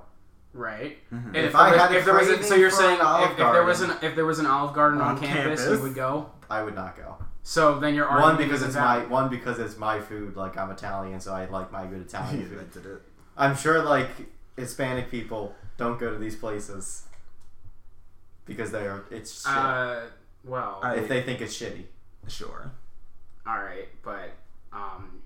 Speaker 2: Right.
Speaker 3: Mhm.
Speaker 2: And if,
Speaker 5: Mm-hmm. If
Speaker 2: there
Speaker 5: I
Speaker 2: was,
Speaker 5: had a
Speaker 2: if there was a, so
Speaker 5: craving
Speaker 2: you're
Speaker 5: for
Speaker 2: saying
Speaker 5: an
Speaker 2: if,
Speaker 5: Olive
Speaker 2: if there was an
Speaker 5: Garden-
Speaker 2: if there was an Olive Garden on,
Speaker 3: On
Speaker 2: campus,
Speaker 3: campus?
Speaker 2: you would go.
Speaker 5: I would not go.
Speaker 2: So then you're
Speaker 5: One
Speaker 2: arguing
Speaker 5: because it's my
Speaker 2: about-
Speaker 5: one because it's my food. Like I'm Italian, so I like my good
Speaker 3: He
Speaker 5: Italian food.
Speaker 3: invented it.
Speaker 5: I'm sure like Hispanic people don't go to these places because they are it's shit.
Speaker 2: Uh, well,
Speaker 3: I-
Speaker 5: if they think it's shitty.
Speaker 3: Sure.
Speaker 2: all right, but um,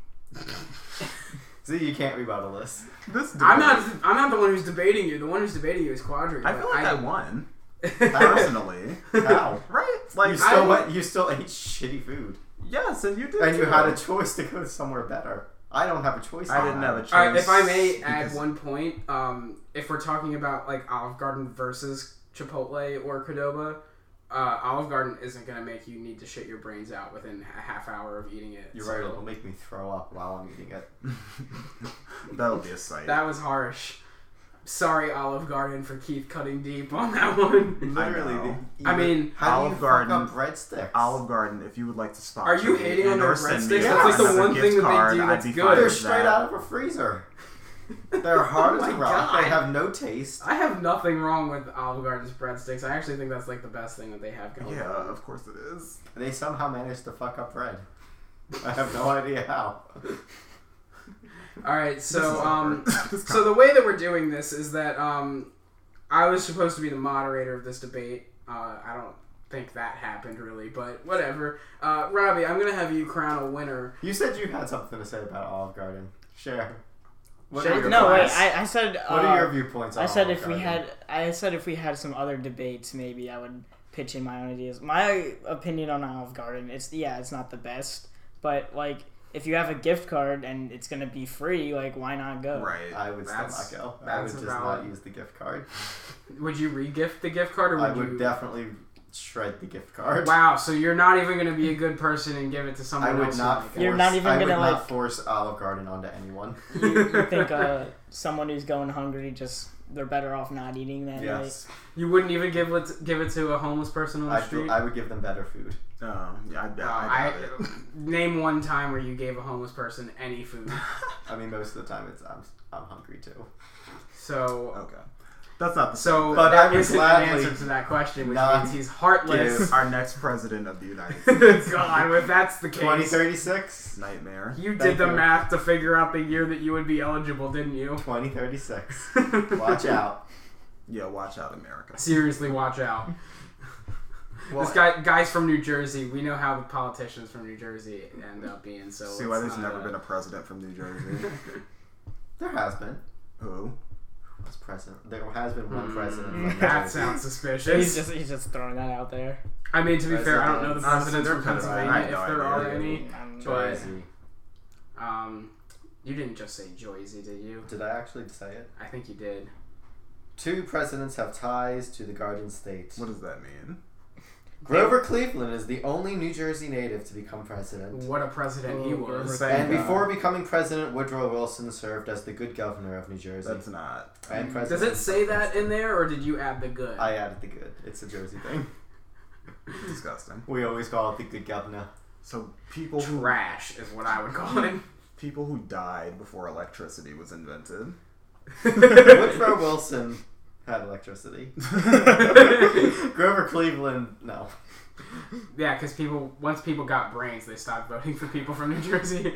Speaker 5: See, you can't rebuttal this.
Speaker 3: This debate,
Speaker 2: I'm not I'm not the one who's debating you. The one who's debating you is Quadri.
Speaker 3: I
Speaker 2: but
Speaker 3: feel like I, won personally.
Speaker 5: How?
Speaker 3: right?
Speaker 5: you
Speaker 3: Like
Speaker 5: still
Speaker 3: I,
Speaker 5: went, you still ate shitty food,
Speaker 3: Yes, and you did.
Speaker 5: and you
Speaker 3: too.
Speaker 5: had a choice to go somewhere better. I don't have a choice.
Speaker 3: I
Speaker 5: on
Speaker 3: didn't
Speaker 5: that.
Speaker 3: have a choice.
Speaker 2: All right, if I may add
Speaker 3: because-
Speaker 2: one point, um, if we're talking about like Olive Garden versus Chipotle or Cordoba, uh, Olive Garden isn't gonna make you need to shit your brains out within a half hour of eating it.
Speaker 5: You're
Speaker 2: so-
Speaker 5: right. It'll make me throw up while I'm eating it.
Speaker 3: That'll be a sight.
Speaker 2: That was harsh. Sorry, Olive Garden, for Keith cutting deep on that one.
Speaker 5: Literally,
Speaker 3: know.
Speaker 5: the-
Speaker 2: I mean,
Speaker 5: how
Speaker 3: Olive
Speaker 5: do you
Speaker 3: Garden-
Speaker 5: fuck up breadsticks?
Speaker 3: Olive Garden, if you would like to sponsor
Speaker 2: Are you
Speaker 3: me
Speaker 2: hating on
Speaker 3: and
Speaker 2: their
Speaker 3: or send me
Speaker 2: breadsticks?
Speaker 3: a
Speaker 5: That's like the
Speaker 3: Amazon
Speaker 2: one
Speaker 3: gift
Speaker 2: thing that they
Speaker 3: card,
Speaker 2: do
Speaker 3: I'd
Speaker 2: that's
Speaker 3: be
Speaker 2: good.
Speaker 3: fine
Speaker 5: They're
Speaker 3: with
Speaker 5: straight
Speaker 3: that.
Speaker 5: out of a freezer. They're hard
Speaker 2: Oh
Speaker 5: as a
Speaker 2: my
Speaker 5: rock.
Speaker 2: God.
Speaker 5: They have no taste.
Speaker 2: I have nothing wrong with Olive Garden's breadsticks. I actually think that's like the best thing that they have going.
Speaker 3: Yeah,
Speaker 2: on.
Speaker 3: of course it is.
Speaker 5: They somehow managed to fuck up bread. I have no idea how.
Speaker 2: All right, so um,
Speaker 3: This
Speaker 2: so the way that we're doing this is that um, I was supposed to be the moderator of this debate. Uh, I don't think that happened really, but whatever. Uh, Robbie, I'm gonna have you crown a winner.
Speaker 5: You said you had something to say about Olive Garden. Share. What
Speaker 2: Share
Speaker 5: are your
Speaker 4: No, wait.
Speaker 5: thoughts?
Speaker 4: I, I said.
Speaker 5: What
Speaker 4: uh,
Speaker 5: are your viewpoints? On
Speaker 4: I said
Speaker 5: Olive
Speaker 4: if we
Speaker 5: Garden?
Speaker 4: had, I said if we had some other debates, maybe I would pitch in my own ideas. My opinion on Olive Garden, it's yeah, it's not the best, but like if you have a gift card and it's gonna be free, like why not go?
Speaker 3: right.
Speaker 5: I would still not
Speaker 3: That's-
Speaker 5: go. I would
Speaker 2: that's
Speaker 5: just
Speaker 2: valid.
Speaker 5: not use the gift card.
Speaker 2: Would you re-gift the gift card, or would,
Speaker 5: I would
Speaker 2: you?
Speaker 5: definitely shred the gift card.
Speaker 2: wow, so you're not even gonna be a good person and give it to someone
Speaker 5: I would
Speaker 2: else.
Speaker 5: not. Force,
Speaker 4: You're not even
Speaker 5: I would
Speaker 4: gonna,
Speaker 5: not
Speaker 4: like-
Speaker 5: force Olive Garden onto anyone.
Speaker 4: You, you think uh, someone who's going hungry just they're better off not eating that night?
Speaker 5: yes,
Speaker 2: You wouldn't even give it give it to a homeless person on the
Speaker 5: I,
Speaker 2: street.
Speaker 5: feel, I would give them better food.
Speaker 3: Oh, yeah, I, doubt-
Speaker 2: Uh,
Speaker 3: I, doubt
Speaker 2: I-
Speaker 3: it.
Speaker 2: name one time where you gave a homeless person any food.
Speaker 5: I mean, most of the time it's I'm I'm hungry too.
Speaker 2: So
Speaker 3: Okay. That's not the
Speaker 2: so
Speaker 5: But
Speaker 2: that
Speaker 5: I would
Speaker 2: isn't an
Speaker 5: gladly
Speaker 2: answer to that question, which
Speaker 5: not
Speaker 2: means he's heartless.
Speaker 5: give-
Speaker 3: Our next president of the United States.
Speaker 2: God, if that's the
Speaker 5: Twenty
Speaker 2: case,
Speaker 5: thirty six.
Speaker 3: Nightmare.
Speaker 2: you did
Speaker 5: Thank
Speaker 2: the
Speaker 5: you.
Speaker 2: math to figure out the year that you would be eligible, didn't you?
Speaker 5: 2036. Watch out.
Speaker 3: Yeah, watch out, America.
Speaker 2: Seriously, watch out.
Speaker 3: Well,
Speaker 2: this guy, guys from New Jersey, we know how the politicians from New Jersey end up being. So
Speaker 3: See why
Speaker 2: it's
Speaker 3: there's
Speaker 2: not
Speaker 3: never
Speaker 2: a-
Speaker 3: been a president from New Jersey.
Speaker 5: There has been.
Speaker 3: Who?
Speaker 5: Was president. There has been one
Speaker 2: Mm,
Speaker 5: president. of
Speaker 2: that
Speaker 5: Pennsylvania.
Speaker 2: sounds
Speaker 4: He's
Speaker 2: suspicious.
Speaker 4: just he's just throwing that out there.
Speaker 2: I mean, to be
Speaker 5: That's
Speaker 2: fair,
Speaker 5: the
Speaker 2: I don't know the
Speaker 5: thing.
Speaker 2: presidents
Speaker 3: Honestly,
Speaker 2: from
Speaker 3: they're
Speaker 2: Pennsylvania
Speaker 3: Pennsylvania. I
Speaker 2: if
Speaker 3: have no
Speaker 2: there are
Speaker 3: idea.
Speaker 2: any.
Speaker 4: I'm-
Speaker 2: But-
Speaker 5: Jersey.
Speaker 2: Um, you didn't just say Joyzy, did you?
Speaker 5: Did I actually say it?
Speaker 2: I think you did.
Speaker 5: Two presidents have ties to the Garden State.
Speaker 3: What does that mean?
Speaker 5: Grover Cleveland is the only New Jersey native to become president.
Speaker 2: What a president he
Speaker 4: Oh,
Speaker 2: was.
Speaker 4: Grover.
Speaker 5: And
Speaker 3: God.
Speaker 5: before
Speaker 2: uh,
Speaker 5: becoming president, Woodrow Wilson served as the good governor of New Jersey.
Speaker 3: That's not.
Speaker 5: and
Speaker 2: Does
Speaker 5: president
Speaker 2: it say that in there, or did you add the good?
Speaker 5: I added the good. It's a Jersey thing.
Speaker 3: Disgusting.
Speaker 5: We always call it the good governor.
Speaker 3: So people who
Speaker 2: Trash is what I would call it.
Speaker 3: people who died before electricity was invented.
Speaker 5: Woodrow Wilson had electricity. Grover Cleveland, no.
Speaker 2: yeah, because people once people got brains, they stopped voting for people from New Jersey.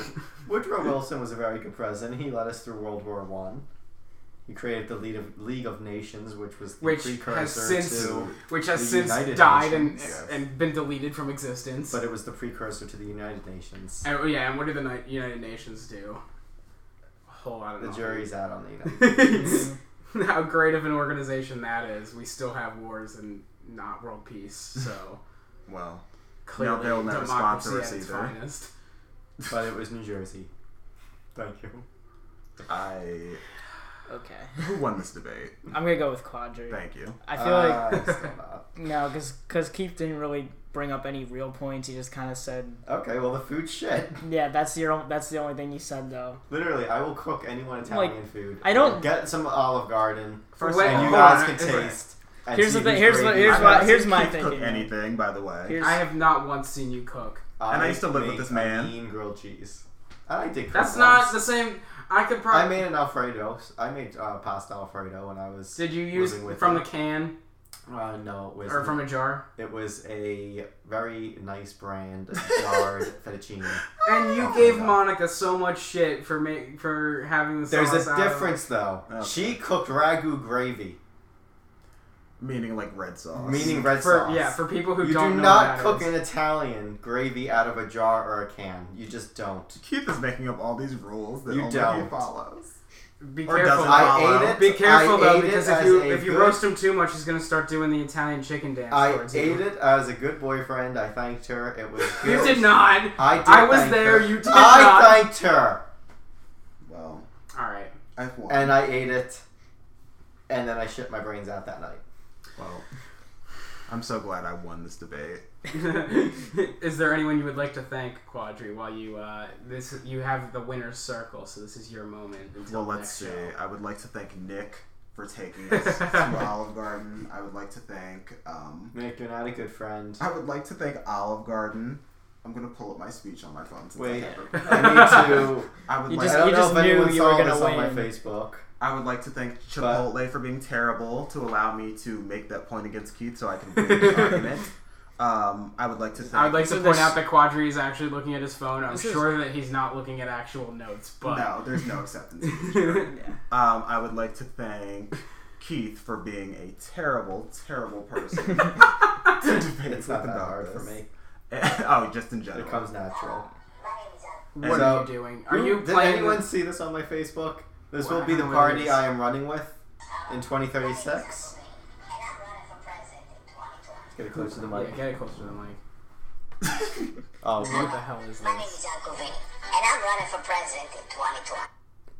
Speaker 5: Woodrow Wilson was a very good president. He led us through World War One. He created the League of, League of Nations, which was the
Speaker 2: Which has
Speaker 5: precursor
Speaker 2: since-
Speaker 5: to,
Speaker 2: Which has
Speaker 5: The
Speaker 2: since
Speaker 5: United
Speaker 2: died and,
Speaker 5: Nations,
Speaker 3: yes.
Speaker 2: and been deleted from existence.
Speaker 5: but it was the precursor to the United Nations.
Speaker 2: And- oh, yeah, and what do the Ni- United Nations do? A whole lot of
Speaker 5: The
Speaker 2: nothing.
Speaker 5: jury's out on the United.
Speaker 2: How great of an organization that is. We still have wars and not world peace. So
Speaker 3: Well,
Speaker 2: clearly,
Speaker 3: they'll never
Speaker 2: democracy
Speaker 3: sponsor
Speaker 2: at
Speaker 3: us
Speaker 2: its
Speaker 3: either.
Speaker 2: finest.
Speaker 5: but it was New Jersey. Thank you.
Speaker 3: I
Speaker 4: Okay,
Speaker 3: who won this debate?
Speaker 4: I'm gonna go with Quadri.
Speaker 3: Thank you.
Speaker 4: I feel like
Speaker 5: Uh, still not.
Speaker 4: No, because cause Keith didn't really bring up any real points. He just kind of said,
Speaker 5: Okay, well the food shit.
Speaker 4: "Yeah, that's your own, that's the only thing he said though."
Speaker 5: Literally, I will cook anyone Italian food.
Speaker 4: I don't-
Speaker 5: get some Olive Garden,
Speaker 2: First
Speaker 5: and
Speaker 2: of
Speaker 5: you
Speaker 2: all-
Speaker 5: guys
Speaker 2: Hold
Speaker 5: can
Speaker 2: on, is it-
Speaker 5: taste. and
Speaker 4: Here's
Speaker 5: see
Speaker 4: the thing-
Speaker 5: who's
Speaker 4: here's what-
Speaker 5: gravy
Speaker 4: here's
Speaker 5: is
Speaker 3: I've
Speaker 4: what-
Speaker 5: best.
Speaker 3: not
Speaker 4: here's
Speaker 3: seen
Speaker 4: my
Speaker 3: Keith cook
Speaker 4: thinking.
Speaker 3: anything, by the way.
Speaker 4: Here's-
Speaker 2: I have not once seen you cook.
Speaker 3: And I used to live with
Speaker 5: make
Speaker 3: this
Speaker 5: a
Speaker 3: man.
Speaker 5: Mean grilled cheese. I did. cook
Speaker 2: That's
Speaker 5: once.
Speaker 2: not the same. I could
Speaker 5: I
Speaker 2: probably.
Speaker 5: made an Alfredo. I made uh, pasta Alfredo when I was.
Speaker 2: Did you use
Speaker 5: living with
Speaker 2: from
Speaker 5: him.
Speaker 2: the can
Speaker 5: Uh, no, it was.
Speaker 2: or from a jar?
Speaker 5: It was a very nice brand jarred fettuccine.
Speaker 2: And you
Speaker 5: Oh,
Speaker 2: gave
Speaker 5: no.
Speaker 2: Monica so much shit for ma- for having the
Speaker 5: There's
Speaker 2: sauce
Speaker 5: a
Speaker 2: out of-
Speaker 5: difference though.
Speaker 3: Okay.
Speaker 5: She cooked ragu gravy,
Speaker 3: Meaning like red sauce.
Speaker 5: meaning red
Speaker 2: For,
Speaker 5: sauce.
Speaker 2: yeah, for people who
Speaker 5: you
Speaker 2: don't
Speaker 5: do
Speaker 2: know
Speaker 5: not
Speaker 2: what that
Speaker 5: cook
Speaker 2: is.
Speaker 5: an Italian gravy out of a jar or a can. You just don't.
Speaker 3: Keith is making up all these rules that
Speaker 5: You
Speaker 3: only he
Speaker 5: don't.
Speaker 3: follows.
Speaker 2: Be
Speaker 3: or
Speaker 2: careful.
Speaker 3: doesn't
Speaker 2: though.
Speaker 5: I
Speaker 3: follow.
Speaker 5: ate it.
Speaker 2: Oh, Be careful
Speaker 5: I
Speaker 2: though,
Speaker 5: ate it
Speaker 2: because if
Speaker 5: as
Speaker 2: you
Speaker 5: a
Speaker 2: if you
Speaker 5: good-
Speaker 2: roast him too much, he's gonna start doing the Italian chicken dance.
Speaker 5: I
Speaker 2: towards you.
Speaker 5: ate it as a good boyfriend. I thanked her. It was.
Speaker 2: You
Speaker 5: good.
Speaker 2: did not.
Speaker 5: I did.
Speaker 2: I was
Speaker 5: thank
Speaker 2: there,
Speaker 5: her.
Speaker 2: you did
Speaker 5: I
Speaker 2: not.
Speaker 5: thanked her,
Speaker 3: Well,
Speaker 2: All right.
Speaker 3: I've won.
Speaker 5: and I ate it, and then I shit my brains out that night.
Speaker 3: well, I'm so glad I won this debate.
Speaker 2: is there anyone you would like to thank, Quadri? While you uh, this you have the winner's circle, so this is your moment. Until
Speaker 3: Well, let's
Speaker 2: next
Speaker 3: see.
Speaker 2: show.
Speaker 3: I would like to thank Nick for taking us to Olive Garden. I would like to thank. Um,
Speaker 5: Nick, you're not a good friend.
Speaker 3: I would like to thank Olive Garden. I'm gonna pull up my speech on my phone. Since
Speaker 5: Wait,
Speaker 3: I, never-
Speaker 5: I need to.
Speaker 3: I would
Speaker 4: You
Speaker 3: like.
Speaker 5: I
Speaker 4: just-
Speaker 5: don't know
Speaker 4: just
Speaker 5: if anyone
Speaker 4: knew you were
Speaker 5: saw
Speaker 4: gonna
Speaker 5: this on my
Speaker 4: win.
Speaker 5: Facebook.
Speaker 3: I would like to thank Chipotle for being terrible to allow me to make that point against Keith, so I can win the argument. Um, I would like to. Thank,
Speaker 2: I would like to
Speaker 4: So
Speaker 2: point
Speaker 4: this-
Speaker 2: out that Quadri is actually looking at his phone. I'm
Speaker 4: This is-
Speaker 2: sure that he's not looking at actual notes, but
Speaker 3: No, there's no acceptance.
Speaker 4: Yeah.
Speaker 3: Um, I would like to thank Keith for being a terrible, terrible person. to debate with
Speaker 5: It's not that
Speaker 3: about
Speaker 5: hard for
Speaker 3: this.
Speaker 5: me.
Speaker 3: oh, just in general.
Speaker 5: It comes natural.
Speaker 2: what
Speaker 5: So-
Speaker 2: are you doing? Are
Speaker 5: Who-
Speaker 2: you
Speaker 5: Did
Speaker 2: playing?
Speaker 5: anyone see this on my Facebook? This will be the
Speaker 2: Wow.
Speaker 5: party I am running with in 2036. Get it close to the
Speaker 2: Yeah,
Speaker 5: mic.
Speaker 2: get it closer to the mic.
Speaker 5: Oh,
Speaker 2: What
Speaker 5: what?
Speaker 2: the hell is
Speaker 6: My name
Speaker 2: this?
Speaker 6: is Jacobini, and I'm running for president in 2020.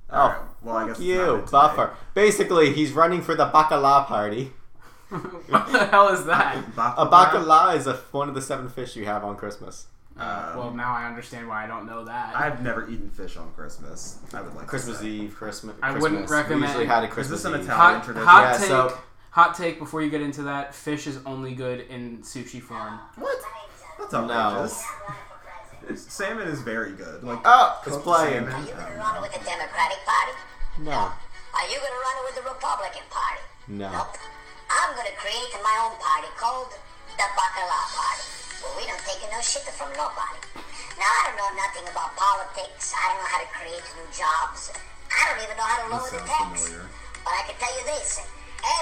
Speaker 3: All
Speaker 5: oh,
Speaker 3: right, well, I guess it's
Speaker 5: fuck
Speaker 3: not in
Speaker 5: you,
Speaker 3: today.
Speaker 5: buffer. Basically, he's running for the bacala party.
Speaker 2: what the hell is that?
Speaker 3: Bacala.
Speaker 5: A bacala is a, one of the seven fish you have on Christmas.
Speaker 2: Uh, well, now I understand why I don't know that.
Speaker 3: Um, I've never eaten fish on Christmas. I would like to
Speaker 5: Christmas
Speaker 3: say.
Speaker 5: Eve, Christmas.
Speaker 2: I
Speaker 5: Christmas.
Speaker 2: wouldn't
Speaker 5: We usually
Speaker 2: recommend-
Speaker 5: had a
Speaker 3: Is
Speaker 5: Christmas
Speaker 3: this an
Speaker 5: Eve.
Speaker 3: Italian
Speaker 2: hot
Speaker 3: tradition?
Speaker 2: hot
Speaker 5: Yeah,
Speaker 2: take.
Speaker 5: so-
Speaker 2: Hot take. Before you get into that, fish is only good in sushi form.
Speaker 3: What? That's outrageous. Salmon is very good. Like
Speaker 5: Oh, it's
Speaker 3: cooked
Speaker 5: playing.
Speaker 6: Are
Speaker 3: salmon.
Speaker 6: you
Speaker 3: Um,
Speaker 6: going to run with the Democratic Party?
Speaker 5: No,
Speaker 6: Are you going to run with the Republican Party?
Speaker 5: no.
Speaker 6: Nope. I'm going to create my own party called the Bacala Party. Well, we don't take no shit from nobody. Now, I don't know nothing about politics. I don't know how to create new jobs. I don't even know how to lower
Speaker 3: sounds
Speaker 6: the tax.
Speaker 3: familiar.
Speaker 6: But I can tell you this.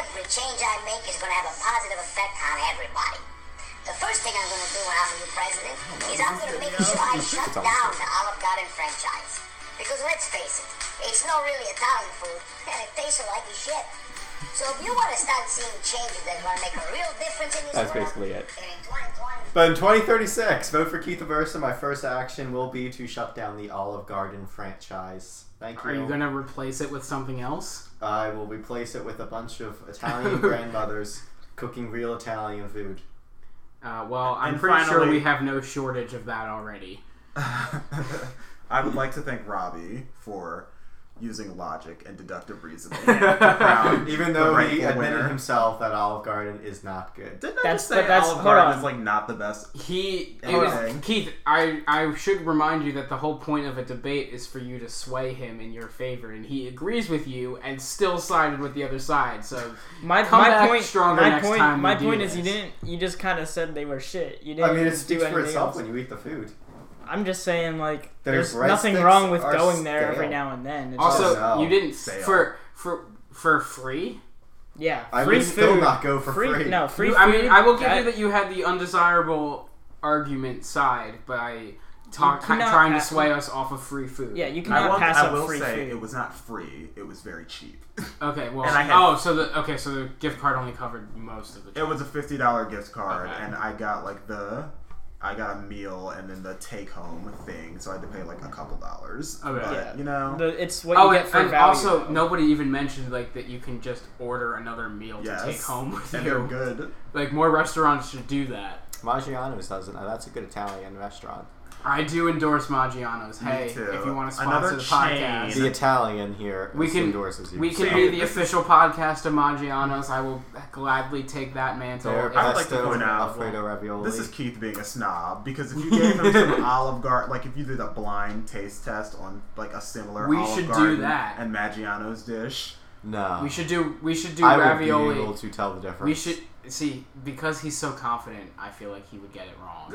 Speaker 6: Every change I make is going to have a positive effect on everybody. The first thing I'm going to do when I'm a new president is I'm going to make sure I shut
Speaker 5: It's almost
Speaker 6: down the Olive Garden franchise. Because let's face it, it's not really Italian food, and it tastes like shit. So if you want to start seeing changes that are going to make a real difference in this
Speaker 5: That's
Speaker 6: world,
Speaker 5: basically it.
Speaker 6: then in 2020,
Speaker 5: But in 2036, vote for Keith Aversa. My first action will be to shut down the Olive Garden franchise. Thank you.
Speaker 2: Are you gonna replace it with something else?
Speaker 5: I will replace it with a bunch of Italian grandmothers cooking real Italian food.
Speaker 2: Uh, well, I'm
Speaker 3: And
Speaker 2: pretty sure
Speaker 3: finally-
Speaker 2: we have no shortage of that already.
Speaker 3: I would like to thank Robbie for using logic and deductive reasoning. to crown
Speaker 5: Even
Speaker 3: Um, the
Speaker 5: though he
Speaker 3: rightful
Speaker 5: admitted
Speaker 3: winner.
Speaker 5: himself that Olive Garden is not good.
Speaker 3: Didn't I
Speaker 4: That's-
Speaker 3: just say
Speaker 4: but that's-
Speaker 3: Olive
Speaker 4: hold
Speaker 3: Garden
Speaker 4: on.
Speaker 3: is like not the best?
Speaker 2: He, it
Speaker 3: Hold
Speaker 2: was,
Speaker 3: on.
Speaker 2: Keith. I, I should remind you that the whole point of a debate is for you to sway him in your favor, and he agrees with you and still sided with the other side. So
Speaker 4: My,
Speaker 2: Come
Speaker 4: my
Speaker 2: back
Speaker 4: point,
Speaker 2: stronger
Speaker 4: my
Speaker 2: next
Speaker 4: point,
Speaker 2: time we
Speaker 4: my
Speaker 2: do
Speaker 4: point is you
Speaker 2: this.
Speaker 4: didn't. You just kind of said they were shit. You didn't.
Speaker 5: I mean, it
Speaker 4: even do
Speaker 5: speaks for
Speaker 4: anything
Speaker 5: itself
Speaker 4: else.
Speaker 5: when you eat the food.
Speaker 4: I'm just saying, like,
Speaker 5: Their
Speaker 4: there's
Speaker 5: breadsticks
Speaker 4: nothing wrong with
Speaker 5: are
Speaker 4: going there every
Speaker 5: stale.
Speaker 4: now and then. It's
Speaker 2: also
Speaker 4: just-
Speaker 5: no.
Speaker 2: you didn't
Speaker 3: Oh, Fail.
Speaker 2: for for for free.
Speaker 4: yeah,
Speaker 5: I
Speaker 4: free
Speaker 5: would still
Speaker 4: food.
Speaker 5: not go for free.
Speaker 4: free, no free.
Speaker 2: You- I mean,
Speaker 4: food,
Speaker 2: I will give
Speaker 4: that-
Speaker 2: you that you had the undesirable argument side by talk,
Speaker 4: You cannot
Speaker 2: trying to
Speaker 4: pass-
Speaker 2: sway us off of free food.
Speaker 4: Yeah, you
Speaker 3: I,
Speaker 4: cannot
Speaker 3: will,
Speaker 4: pass
Speaker 3: I
Speaker 4: up
Speaker 3: will
Speaker 4: free
Speaker 3: say
Speaker 4: food.
Speaker 3: it was not free. It was very cheap.
Speaker 2: Okay. Well.
Speaker 3: And I had-
Speaker 2: oh, so the okay, so the gift card only covered most of the.
Speaker 3: It was a fifty dollar gift card,
Speaker 2: Okay.
Speaker 3: and I got like the, I got a meal and then the take home thing, so I had to pay like a couple dollars.
Speaker 2: Okay.
Speaker 3: But,
Speaker 4: Yeah.
Speaker 3: you know,
Speaker 4: The- it's what
Speaker 2: Oh,
Speaker 4: you
Speaker 2: and,
Speaker 4: get for
Speaker 2: and
Speaker 4: value.
Speaker 2: also nobody even mentioned like that you can just order another meal
Speaker 3: yes,
Speaker 2: to take home with
Speaker 3: and
Speaker 2: you.
Speaker 3: they're good.
Speaker 2: Like more restaurants should do that.
Speaker 5: Maggiano's doesn't. uh, That's a good Italian restaurant.
Speaker 2: I do endorse Maggiano's. Hey,
Speaker 3: too.
Speaker 2: if you want to sponsor
Speaker 3: Another
Speaker 2: the
Speaker 3: chain.
Speaker 2: podcast,
Speaker 5: The Italian here
Speaker 2: we can
Speaker 5: endorses you.
Speaker 2: we can
Speaker 5: so-
Speaker 2: be the official podcast of Maggiano's. I will gladly take that mantle.
Speaker 5: Their
Speaker 2: If-
Speaker 3: I would like to
Speaker 5: pesto,
Speaker 3: point out-
Speaker 5: Alfredo ravioli.
Speaker 3: This is Keith being a snob because if you gave him some Olive Garden, like if you did a blind taste test on like a similar
Speaker 2: We
Speaker 3: Olive
Speaker 2: should do
Speaker 3: Garden
Speaker 2: that.
Speaker 3: and Maggiano's dish,
Speaker 5: no.
Speaker 2: we should do we should do
Speaker 5: I would be able
Speaker 2: ravioli.
Speaker 5: to tell the difference.
Speaker 2: We should see because he's so confident. I feel like he would get it wrong.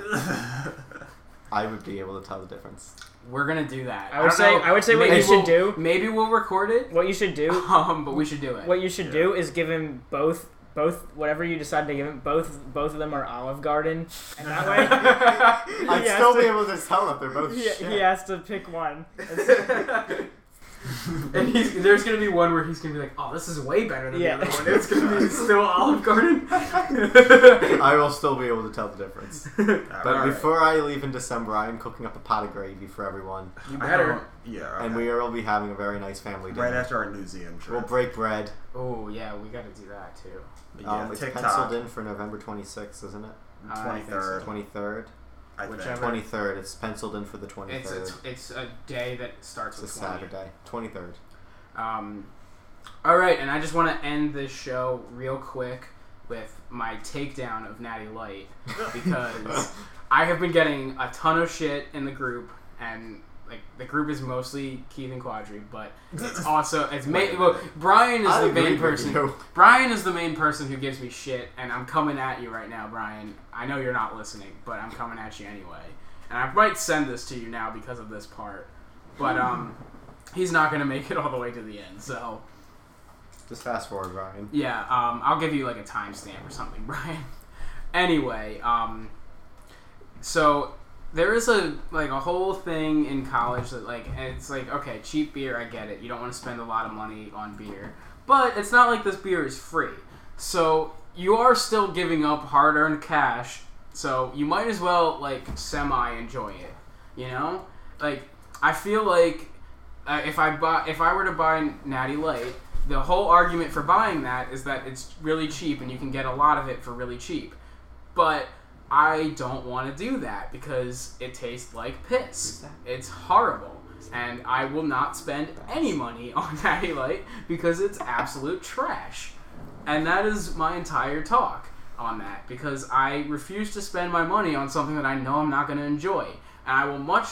Speaker 5: I would be able to tell the difference.
Speaker 2: We're gonna do that.
Speaker 4: I would
Speaker 2: don't
Speaker 4: say-
Speaker 2: know,
Speaker 4: I would say what
Speaker 2: maybe
Speaker 4: you should
Speaker 2: we'll-
Speaker 4: do-
Speaker 2: Maybe we'll record it.
Speaker 4: what you should do.
Speaker 2: Um, but we should do it.
Speaker 4: What you should do is give him both. Both whatever you decide to give him, both both of them are Olive Garden, and that way
Speaker 5: I'd
Speaker 4: has
Speaker 5: still
Speaker 4: to-
Speaker 5: be able to tell if they're
Speaker 2: Oh,
Speaker 5: both
Speaker 4: he,
Speaker 5: shit.
Speaker 4: he has to pick one.
Speaker 2: and he's, there's gonna be one where he's gonna be like, "Oh, this is way better than
Speaker 4: Yeah.
Speaker 2: the other one." It's gonna be still Olive Garden.
Speaker 5: I will still be able to tell the difference. But
Speaker 3: Alright.
Speaker 5: before I leave in December, I am cooking up a pot of gravy for everyone,
Speaker 2: you
Speaker 3: I had a,
Speaker 2: better.
Speaker 3: yeah,
Speaker 5: and we will be having a very nice family dinner.
Speaker 3: right after our New Zealand trip.
Speaker 5: We'll break bread.
Speaker 2: Oh yeah, we gotta do that too.
Speaker 3: yeah,
Speaker 5: um, it's
Speaker 3: TikTok
Speaker 5: penciled in for November 26th, isn't it?
Speaker 2: I
Speaker 3: twenty
Speaker 2: think
Speaker 3: third.
Speaker 5: 23rd,
Speaker 3: I think.
Speaker 2: Whichever.
Speaker 5: 23rd. It's penciled in for the 23rd.
Speaker 2: It's a, it's a day that starts
Speaker 5: It's a
Speaker 2: with 20.
Speaker 5: Saturday. 23rd.
Speaker 2: Um, all right, and I just want to end this show real quick with my takedown of Natty Light because I have been getting a ton of shit in the group, and like the group is mostly Keith and Quadri, but it's also it's ma- well, Brian is
Speaker 5: I
Speaker 2: the
Speaker 5: agree
Speaker 2: main
Speaker 5: with
Speaker 2: person.
Speaker 5: you.
Speaker 2: Brian is the main person who gives me shit, and I'm coming at you right now, Brian. I know you're not listening, but I'm coming at you anyway. And I might send this to you now because of this part, but um, he's not gonna make it all the way to the end. So
Speaker 5: Just fast forward, Ryan.
Speaker 2: yeah, um, I'll give you like a timestamp or something, Brian. anyway, um, so there is a like a whole thing in college that like and it's like okay, cheap beer, I get it. You don't want to spend a lot of money on beer, but it's not like this beer is free. So you are still giving up hard-earned cash. So you might as well like semi enjoy it. You know, like I feel like uh, if I buy if I were to buy Natty Light, the whole argument for buying that is that it's really cheap and you can get a lot of it for really cheap. But I don't want to do that because it tastes like piss. It's horrible. And I will not spend any money on Natty Light because it's absolute trash. And that is my entire talk on that because I refuse to spend my money on something that I know I'm not going to enjoy. And I will much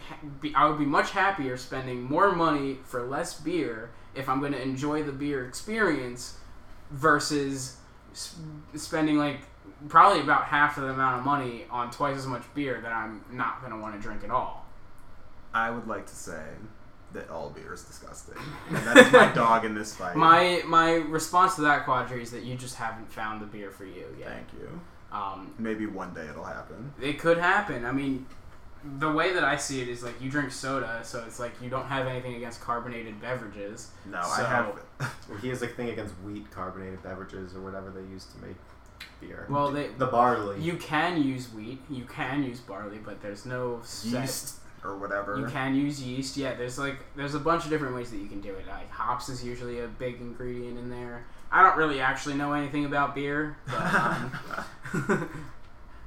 Speaker 2: ha- be, I would be much happier spending more money for less beer if I'm going to enjoy the beer experience versus sp- spending like probably about half of the amount of money on twice as much beer that I'm not going to want to drink at all.
Speaker 3: I would like to say that all beer is disgusting, and that is my dog in this fight.
Speaker 2: My my response to that quadri is that you just haven't found the beer for you yet.
Speaker 3: Thank you.
Speaker 2: Um,
Speaker 3: Maybe one day it'll happen.
Speaker 2: it could happen. I mean, the way that I see it is like you drink soda, so it's like you don't have anything against carbonated beverages.
Speaker 3: No,
Speaker 2: So-
Speaker 3: I have.
Speaker 5: He has a thing against wheat carbonated beverages or whatever they use to make beer.
Speaker 2: Well, they
Speaker 5: the barley.
Speaker 2: You can use wheat, you can use barley, but there's no set-
Speaker 3: yeast or whatever.
Speaker 2: You can use yeast, yeah. There's like there's a bunch of different ways that you can do it. Like hops is usually a big ingredient in there. I don't really actually know anything about beer, but um,
Speaker 5: Uh,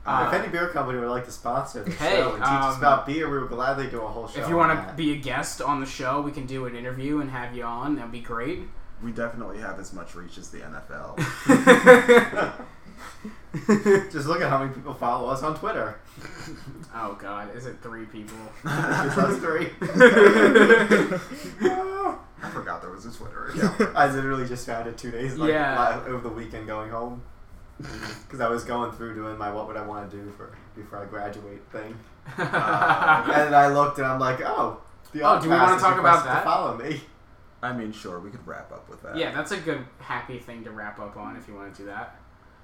Speaker 2: uh,
Speaker 5: if any beer company would like to sponsor the
Speaker 2: Hey,
Speaker 5: show and teach us
Speaker 2: um,
Speaker 5: about beer, we would gladly do a whole show.
Speaker 2: if you
Speaker 5: on
Speaker 2: want to
Speaker 5: that.
Speaker 2: be a guest on the show, we can do an interview and have you on. That'd be great.
Speaker 3: We definitely have as much reach as the NFL.
Speaker 5: just look at how many people follow us on Twitter.
Speaker 2: Oh God, is it three people?
Speaker 5: Just us three.
Speaker 3: I forgot there was a Twitter.
Speaker 5: I literally just found it two days like,
Speaker 2: Yeah.
Speaker 5: li- over the weekend going home because I was going through doing my what would I want to do for before I graduate thing,
Speaker 3: Uh,
Speaker 5: and then I looked and I'm like, oh, the
Speaker 2: Oh, do we
Speaker 5: Oddcast
Speaker 2: wanna
Speaker 5: is
Speaker 2: talk about
Speaker 5: requested to
Speaker 2: that?
Speaker 5: follow me.
Speaker 3: I mean, sure, we could wrap up with that.
Speaker 2: yeah, that's a good happy thing to wrap up on if you want to do that.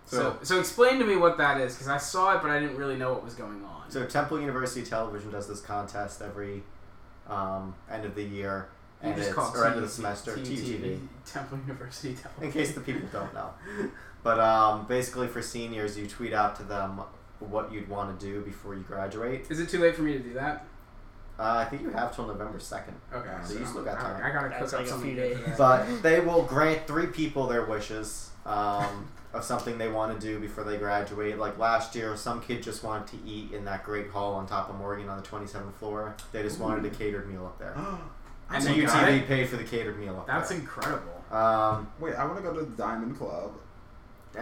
Speaker 2: So,
Speaker 5: So-
Speaker 2: so explain to me what that is because I saw it, but I didn't really know what was going on.
Speaker 5: So Temple University Television does this contest every um, end of the year,
Speaker 2: You
Speaker 5: and it's, or end of the semester, TUTV.
Speaker 2: Temple University Television.
Speaker 5: in case the people don't know. But um, basically, for seniors, you tweet out to them what you'd want to do before you graduate.
Speaker 2: Is it too late for me to do that?
Speaker 5: Uh, I think you have till November second.
Speaker 2: Okay.
Speaker 5: So you still got time.
Speaker 2: I, I gotta cook
Speaker 4: That's
Speaker 2: up
Speaker 4: like a
Speaker 2: something
Speaker 4: few
Speaker 2: good for
Speaker 4: days.
Speaker 2: that.
Speaker 5: But they will grant three people their wishes um, of something they want to do before they graduate. Like last year, some kid just wanted to eat in that great hall on top of Morgan on the 27th floor. They just wanted a catered meal up there.
Speaker 2: And
Speaker 5: so
Speaker 2: they got
Speaker 5: UTV
Speaker 2: it?
Speaker 5: paid for the catered meal up
Speaker 2: That's
Speaker 5: there.
Speaker 2: incredible.
Speaker 5: um,
Speaker 3: Wait, I want to go to the Diamond Club.
Speaker 5: uh,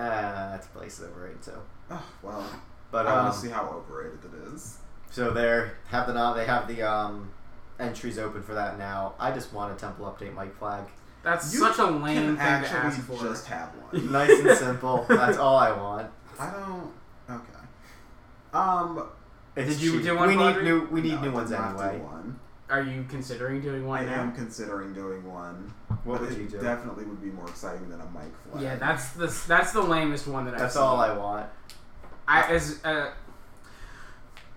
Speaker 5: that's a place that we're into.
Speaker 3: Oh, well,
Speaker 5: But
Speaker 3: I
Speaker 5: um,
Speaker 3: want to see how overrated it is.
Speaker 5: So they're have the no- they have the um, entries open for that now. I just want a temple update Mike flag.
Speaker 2: That's
Speaker 3: You
Speaker 2: such a
Speaker 3: can
Speaker 2: lame thing to
Speaker 3: actually
Speaker 2: ask for.
Speaker 3: just have one.
Speaker 5: Nice and simple. That's all I want.
Speaker 3: I don't. Okay. Um.
Speaker 5: It's
Speaker 2: Did you
Speaker 5: cheap.
Speaker 2: do one,
Speaker 5: We
Speaker 2: Padre?
Speaker 5: need new we need
Speaker 3: no, I
Speaker 5: new
Speaker 3: did
Speaker 5: ones
Speaker 3: not do
Speaker 5: anyway.
Speaker 3: One.
Speaker 2: Are you considering doing
Speaker 3: I
Speaker 2: one
Speaker 3: am
Speaker 2: now?
Speaker 3: considering doing one.
Speaker 5: What
Speaker 3: but
Speaker 5: would
Speaker 3: it
Speaker 5: you do?
Speaker 3: Definitely would be more exciting than a mic flag.
Speaker 2: Yeah, that's the that's the lamest one that I've
Speaker 5: That's
Speaker 2: seen.
Speaker 5: all I want.
Speaker 2: I as uh,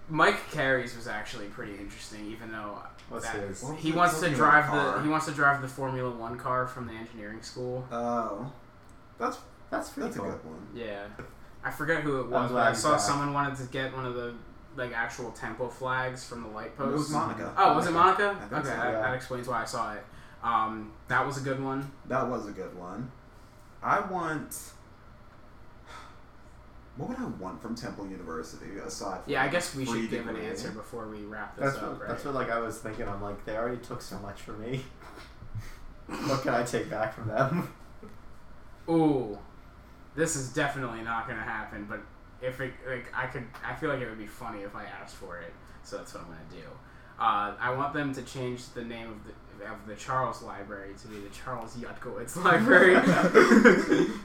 Speaker 2: Mike Carey's was actually pretty interesting, even though
Speaker 5: What's
Speaker 2: that-
Speaker 5: his?
Speaker 3: What
Speaker 2: he
Speaker 3: were we
Speaker 2: wants to
Speaker 3: talking about
Speaker 2: drive
Speaker 3: car?
Speaker 2: the he wants to drive the Formula One car from the engineering school.
Speaker 3: Oh,
Speaker 5: That's that's pretty
Speaker 3: that's a
Speaker 5: cool.
Speaker 3: good one.
Speaker 2: Yeah, I forget who it was, but
Speaker 5: glad
Speaker 2: I
Speaker 5: you
Speaker 2: saw
Speaker 5: got it.
Speaker 2: someone wanted to get one of the like actual tempo flags from the light
Speaker 3: It was
Speaker 2: posts.
Speaker 3: Monica.
Speaker 2: Oh, was it Monica?
Speaker 3: I think
Speaker 2: Okay,
Speaker 3: so,
Speaker 2: that,
Speaker 5: yeah.
Speaker 2: that explains why I saw it. Um, that was a good one.
Speaker 3: That was a good one. I want. What would I want from Temple University aside from
Speaker 2: Yeah, I guess we
Speaker 3: free
Speaker 2: should give an
Speaker 3: degree?
Speaker 2: answer before we wrap this
Speaker 5: That's
Speaker 2: up.
Speaker 5: what,
Speaker 2: right?
Speaker 5: that's what like I was thinking. I'm like they already took so much from me. what can I take back from them?
Speaker 2: Ooh, this is definitely not gonna happen. But if it like, I could, I feel like it would be funny if I asked for it. So that's what I'm gonna do. Uh, I want them to change the name of the, of the Charles Library to be the Charles Yutkowitz Library.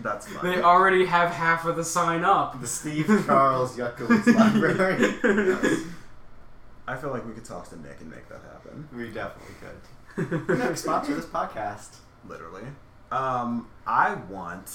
Speaker 3: That's fine.
Speaker 2: they already have half of the sign up.
Speaker 5: The Steve Charles Yutkowitz Library.
Speaker 3: I feel like we could talk to Nick and make that happen.
Speaker 5: We definitely could. No, sponsor this podcast.
Speaker 3: Literally. Um, I want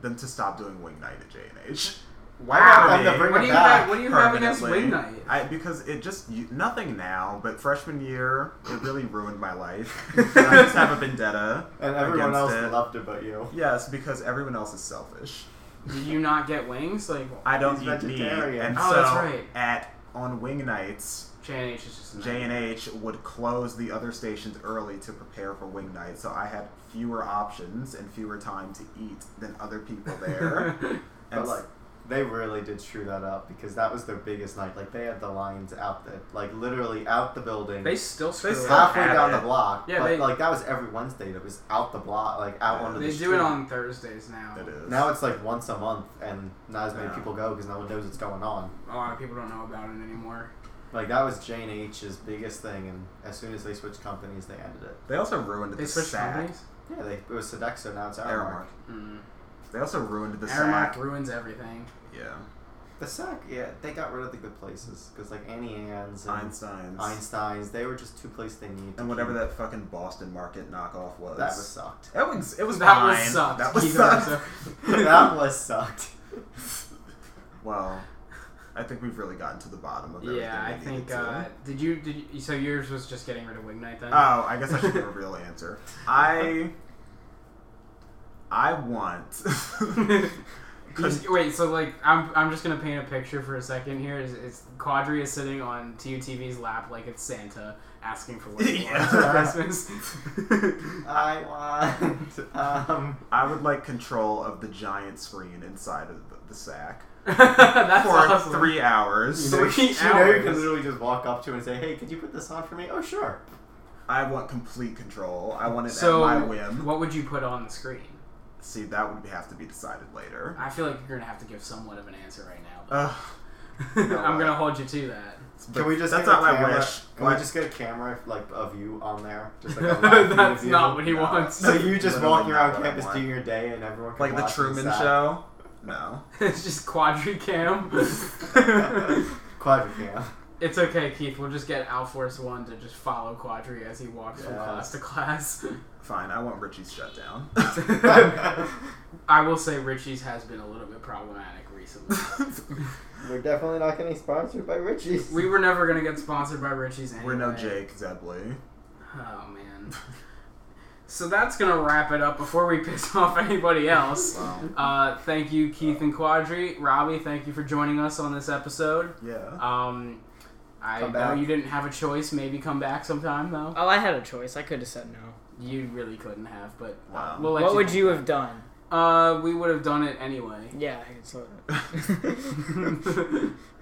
Speaker 3: them to stop doing Wing Night at J and H. Why
Speaker 5: Wow.
Speaker 3: not?
Speaker 5: Them to bring
Speaker 2: What
Speaker 5: it
Speaker 2: do you
Speaker 5: back
Speaker 2: have? What do you have against Wing
Speaker 3: permanently?
Speaker 2: Night?
Speaker 3: I, because it just you, nothing now, but freshman year it really ruined my life. and I just have a vendetta
Speaker 5: And everyone
Speaker 3: against
Speaker 5: else
Speaker 3: it.
Speaker 5: loved it but you.
Speaker 3: Yes, because everyone else is selfish.
Speaker 2: Do you not get wings? Like
Speaker 3: I don't
Speaker 5: He's
Speaker 3: eat meat,
Speaker 5: vegetarian.
Speaker 3: and
Speaker 2: Oh,
Speaker 3: so
Speaker 2: that's right.
Speaker 3: at on Wing Nights,
Speaker 2: J and H is just a
Speaker 3: J
Speaker 2: nightmare.
Speaker 3: and H would close the other stations early to prepare for Wing Night, so I had fewer options and fewer time to eat than other people there.
Speaker 5: But
Speaker 3: and
Speaker 5: like, they really did screw that up because that was their biggest night. Like they had the lions out the like literally out the building,
Speaker 2: They still screw
Speaker 3: still
Speaker 2: it up.
Speaker 5: halfway
Speaker 3: had
Speaker 5: down
Speaker 3: it.
Speaker 5: the block.
Speaker 2: Yeah,
Speaker 5: but,
Speaker 2: they-
Speaker 5: like that was every Wednesday. That was out the block, like out onto
Speaker 2: They
Speaker 5: the
Speaker 2: do
Speaker 5: street.
Speaker 2: it on Thursdays now.
Speaker 3: it is
Speaker 5: Now it's like once a month, and not as many
Speaker 3: Yeah.
Speaker 5: people go because no one knows what's going on.
Speaker 2: A lot of people don't know about it anymore.
Speaker 5: Like that was Jane H's biggest thing, and as soon as they switched companies, they ended it.
Speaker 3: They also ruined
Speaker 2: They
Speaker 3: the
Speaker 2: switched
Speaker 3: sack.
Speaker 2: companies.
Speaker 5: Yeah, they, it was Sodexo now it's Aramark.
Speaker 3: Aramark.
Speaker 2: Mm.
Speaker 3: They also ruined the
Speaker 2: Aramark
Speaker 3: sack.
Speaker 2: ruins everything.
Speaker 3: Yeah,
Speaker 5: The sack, yeah, they got rid of the good places because like Annie Ann's
Speaker 3: Mm.
Speaker 5: and
Speaker 3: Einstein's
Speaker 5: Einstein's, they were just two places they needed. to
Speaker 3: and whatever
Speaker 5: keep.
Speaker 3: that fucking Boston Market knockoff was.
Speaker 5: that was sucked.
Speaker 3: It was. It was
Speaker 2: That
Speaker 3: fine.
Speaker 2: was sucked.
Speaker 3: That was
Speaker 2: Keep it
Speaker 3: sucked.
Speaker 2: up,
Speaker 5: that was sucked.
Speaker 3: well, I think we've really gotten to the bottom of everything.
Speaker 2: Yeah,
Speaker 3: we
Speaker 2: I
Speaker 3: needed
Speaker 2: think.
Speaker 3: to.
Speaker 2: Uh, did you? Did you, so? Yours was just getting rid of wing night then.
Speaker 3: Oh, I guess I should give a real answer. I I want
Speaker 2: Just- wait, so like I'm, I'm just gonna paint a picture for a second here. Is it's Quadri is sitting on TUTV's lap like it's Santa asking for what he wants for
Speaker 3: Yeah.
Speaker 2: Christmas.
Speaker 5: I want. Um,
Speaker 3: I would like control of the giant screen inside of the, the sack
Speaker 2: That's
Speaker 3: for
Speaker 2: awesome.
Speaker 3: three hours.
Speaker 2: know- Three
Speaker 5: you know you can
Speaker 2: hours.
Speaker 5: literally just walk up to it and say, "Hey, could you put this on for me?" Oh, sure.
Speaker 3: I want complete control. I want it
Speaker 2: So
Speaker 3: at my whim.
Speaker 2: what would you put on the screen?
Speaker 3: See, that would have to be decided later.
Speaker 2: I feel like you're gonna have to give somewhat of an answer right now. But
Speaker 3: Ugh,
Speaker 2: I'm gonna hold you to that.
Speaker 3: but
Speaker 5: Can we just
Speaker 3: That's
Speaker 5: get a
Speaker 3: not my
Speaker 5: camera-
Speaker 3: wish.
Speaker 5: Can
Speaker 3: What?
Speaker 5: we just get a camera like of you on there? Just like a live feed
Speaker 2: That's
Speaker 5: of you.
Speaker 2: not what he
Speaker 3: No.
Speaker 2: wants.
Speaker 5: So you just
Speaker 3: Literally
Speaker 5: walking
Speaker 3: not
Speaker 5: around
Speaker 3: what I
Speaker 5: campus
Speaker 3: want.
Speaker 5: doing your day, and everyone can
Speaker 3: like the
Speaker 5: watch from
Speaker 3: Truman
Speaker 5: side.
Speaker 3: Show? No.
Speaker 2: it's just Quadri cam.
Speaker 5: Quadra cam.
Speaker 2: It's okay, Keith. We'll just get Alforce One to just follow Quadri as he walks from
Speaker 5: Yeah.
Speaker 2: class to class.
Speaker 3: Fine. I want Richie's shutdown.
Speaker 2: I will say Richie's has been a little bit problematic recently.
Speaker 5: We're definitely not getting sponsored by Richie's.
Speaker 2: we were never gonna get sponsored by Richie's anyway.
Speaker 3: We're no Jake Zebley.
Speaker 2: Oh man. So that's gonna wrap it up before we piss off anybody else.
Speaker 3: Wow.
Speaker 2: Uh, thank you, Keith and Quadri. Robbie, thank you for joining us on this episode.
Speaker 5: Uh,
Speaker 3: Yeah.
Speaker 2: Um, I
Speaker 5: Come
Speaker 2: know
Speaker 5: back.
Speaker 2: you didn't have a choice. Maybe come back sometime though.
Speaker 4: Oh, I had a choice. I could have said no.
Speaker 2: You really couldn't have, but
Speaker 3: Wow.
Speaker 2: we'll let
Speaker 4: What
Speaker 2: you
Speaker 4: would you have done?
Speaker 2: Uh, we would have done it anyway.
Speaker 4: Yeah, I could sort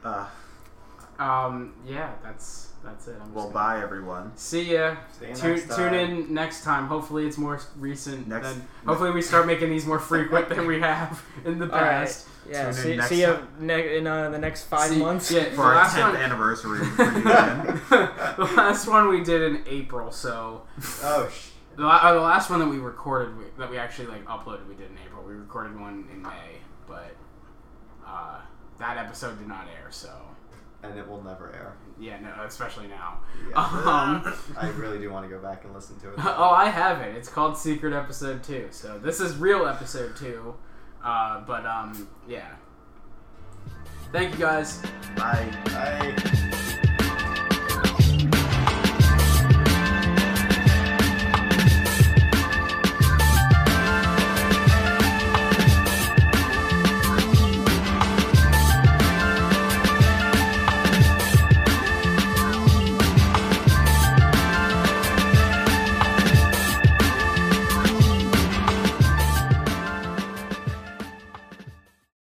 Speaker 3: Uh,
Speaker 2: um, yeah, that's that's it. I'm
Speaker 3: well,
Speaker 2: just gonna-
Speaker 3: bye everyone.
Speaker 2: See ya.
Speaker 5: See you
Speaker 2: Tune, tune
Speaker 5: next time.
Speaker 2: in next time. Hopefully, it's more recent.
Speaker 3: Next-
Speaker 2: than, hopefully, we start making these more frequent than we have in the
Speaker 4: All right.
Speaker 2: past.
Speaker 4: yeah,
Speaker 3: Tune in
Speaker 4: see,
Speaker 3: next
Speaker 4: see you ne- in uh, the next five
Speaker 2: See-
Speaker 4: months.
Speaker 2: Yeah, the
Speaker 3: For our
Speaker 2: last
Speaker 3: 10th
Speaker 2: one.
Speaker 3: anniversary reunion.
Speaker 2: the last one we did in April, so
Speaker 5: Oh sh.
Speaker 2: the, la- uh, the last one that we recorded, we, that we actually like uploaded, we did in April. We recorded one in May, but uh, that episode did not air. So
Speaker 5: And it will never air.
Speaker 2: yeah, no, especially now.
Speaker 5: Yeah.
Speaker 2: Um,
Speaker 5: I really do want to go back and listen to it.
Speaker 2: oh, I have it. It's called Secret Episode 2. So this is real Episode 2. Uh, but, um, yeah. Thank you guys.
Speaker 3: Bye.
Speaker 5: I-